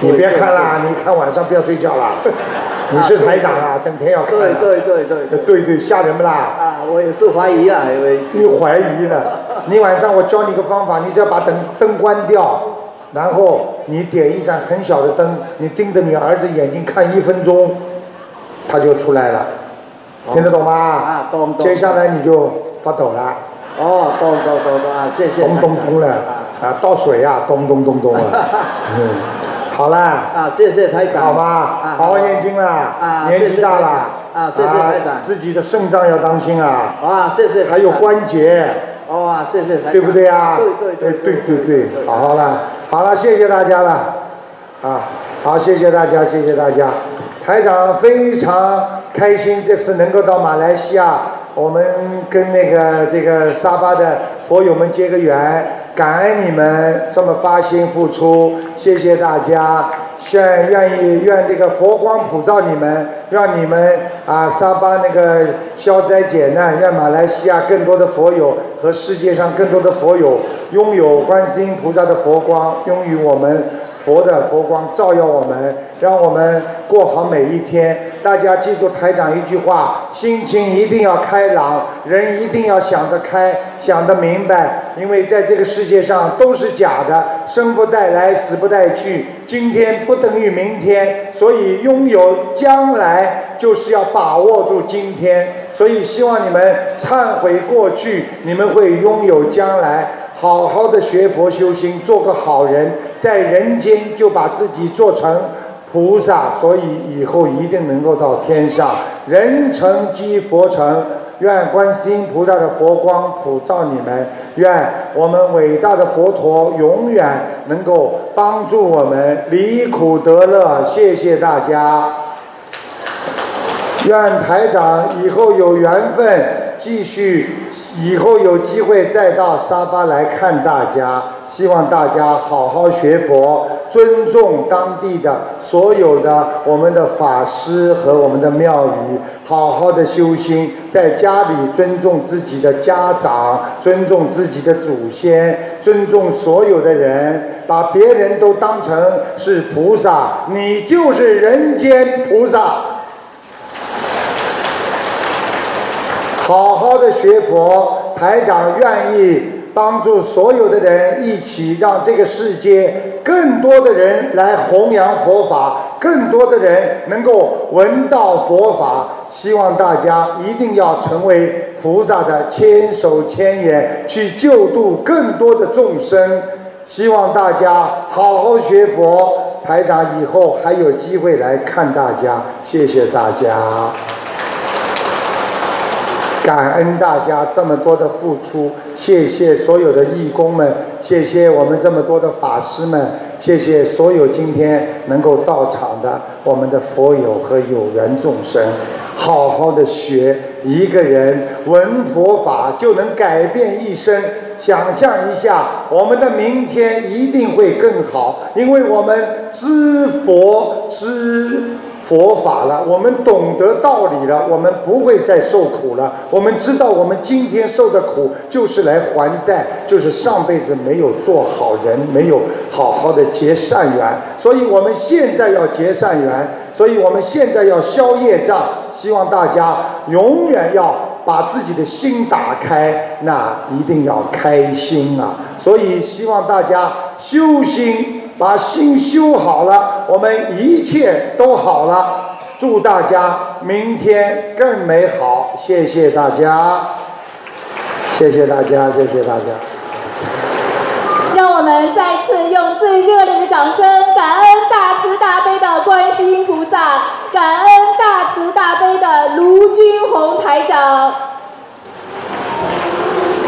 Speaker 2: 你别看啦，你看晚上不要睡觉 啦。你是台长啊，整天要看
Speaker 12: 对
Speaker 2: 啊。
Speaker 12: 对对对对。
Speaker 2: 对对，吓人不啦？
Speaker 12: 啊，我也是怀疑啊，因为
Speaker 2: 你怀疑了。你晚上我教你个方法，你只要把灯灯关掉，然后你点一盏很小的灯，你盯着你儿子眼睛看一分钟，他就出来了。听得懂吗？
Speaker 12: 啊，懂懂。
Speaker 2: 接下来你就发抖了，
Speaker 12: 哦，懂懂懂懂啊，谢谢。
Speaker 2: 咚咚咚了，啊，倒水啊，咚咚咚 咚了。嗯，好啦，
Speaker 12: 啊，谢谢台长。
Speaker 2: 好吧，好好念经啦
Speaker 12: 啊，，
Speaker 2: 年纪大了，
Speaker 12: 啊，谢谢台长。
Speaker 2: 自己的肾脏要当心啊，
Speaker 12: 啊，谢谢。
Speaker 2: 还有关节，
Speaker 12: 哦啊，谢谢台长。
Speaker 2: 对不对啊？
Speaker 12: 对对
Speaker 2: 对对对对，好好啦，好了，谢谢大家了，啊，好，谢谢大家，谢谢大家，台长非常开心，这次能够到马来西亚，我们跟那个这个沙巴的佛友们结个缘，感恩你们这么发心付出，谢谢大家。愿愿意愿这个佛光普照你们，让你们啊沙巴那个消灾解难，让马来西亚更多的佛友和世界上更多的佛友拥有观世音菩萨的佛光，拥有我们佛的佛光照耀我们，让我们过好每一天。大家记住台长一句话：心情一定要开朗，人一定要想得开，想得明白。因为在这个世界上都是假的，生不带来，死不带去，今天不等于明天，所以拥有将来就是要把握住今天。所以希望你们忏悔过去，你们会拥有将来。好好的学佛修心，做个好人，在人间就把自己做成菩萨，所以以后一定能够到天上。人成即佛成，愿观世音菩萨的佛光普照你们，愿我们伟大的佛陀永远能够帮助我们离苦得乐。谢谢大家。愿台长以后有缘分继续，以后有机会再到沙巴来看大家。希望大家好好学佛，尊重当地的所有的我们的法师和我们的庙宇，好好的修心，在家里尊重自己的家长，尊重自己的祖先，尊重所有的人，把别人都当成是菩萨，你就是人间菩萨。好好的学佛，台长愿意帮助所有的人一起让这个世界更多的人来弘扬佛法，更多的人能够闻到佛法。希望大家一定要成为菩萨的千手千眼，去救度更多的众生。希望大家好好学佛。台长以后还有机会来看大家，谢谢大家。感恩大家这么多的付出，谢谢所有的义工们，谢谢我们这么多的法师们，谢谢所有今天能够到场的我们的佛友和有缘众生。好好的学。一个人闻佛法就能改变一生。想象一下，我们的明天一定会更好，因为我们知佛知佛法了，我们懂得道理了，我们不会再受苦了。我们知道，我们今天受的苦就是来还债，就是上辈子没有做好人，没有好好的结善缘。所以我们现在要结善缘，所以我们现在要消业障。希望大家永远要把自己的心打开，那一定要开心啊！所以希望大家修心，把心修好了，我们一切都好了。祝大家明天更美好，谢谢大家，谢谢大家，谢谢大家。
Speaker 1: 让我们再次用最热烈的掌声，感恩大慈大悲的观世音菩萨，感恩大慈大悲的卢军宏台长。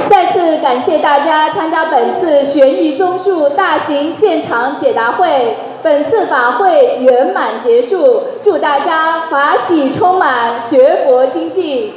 Speaker 1: 再次感谢大家参加本次悬疑综述大型现场解答会，本次法会圆满结束，祝大家法喜充满，学佛精进。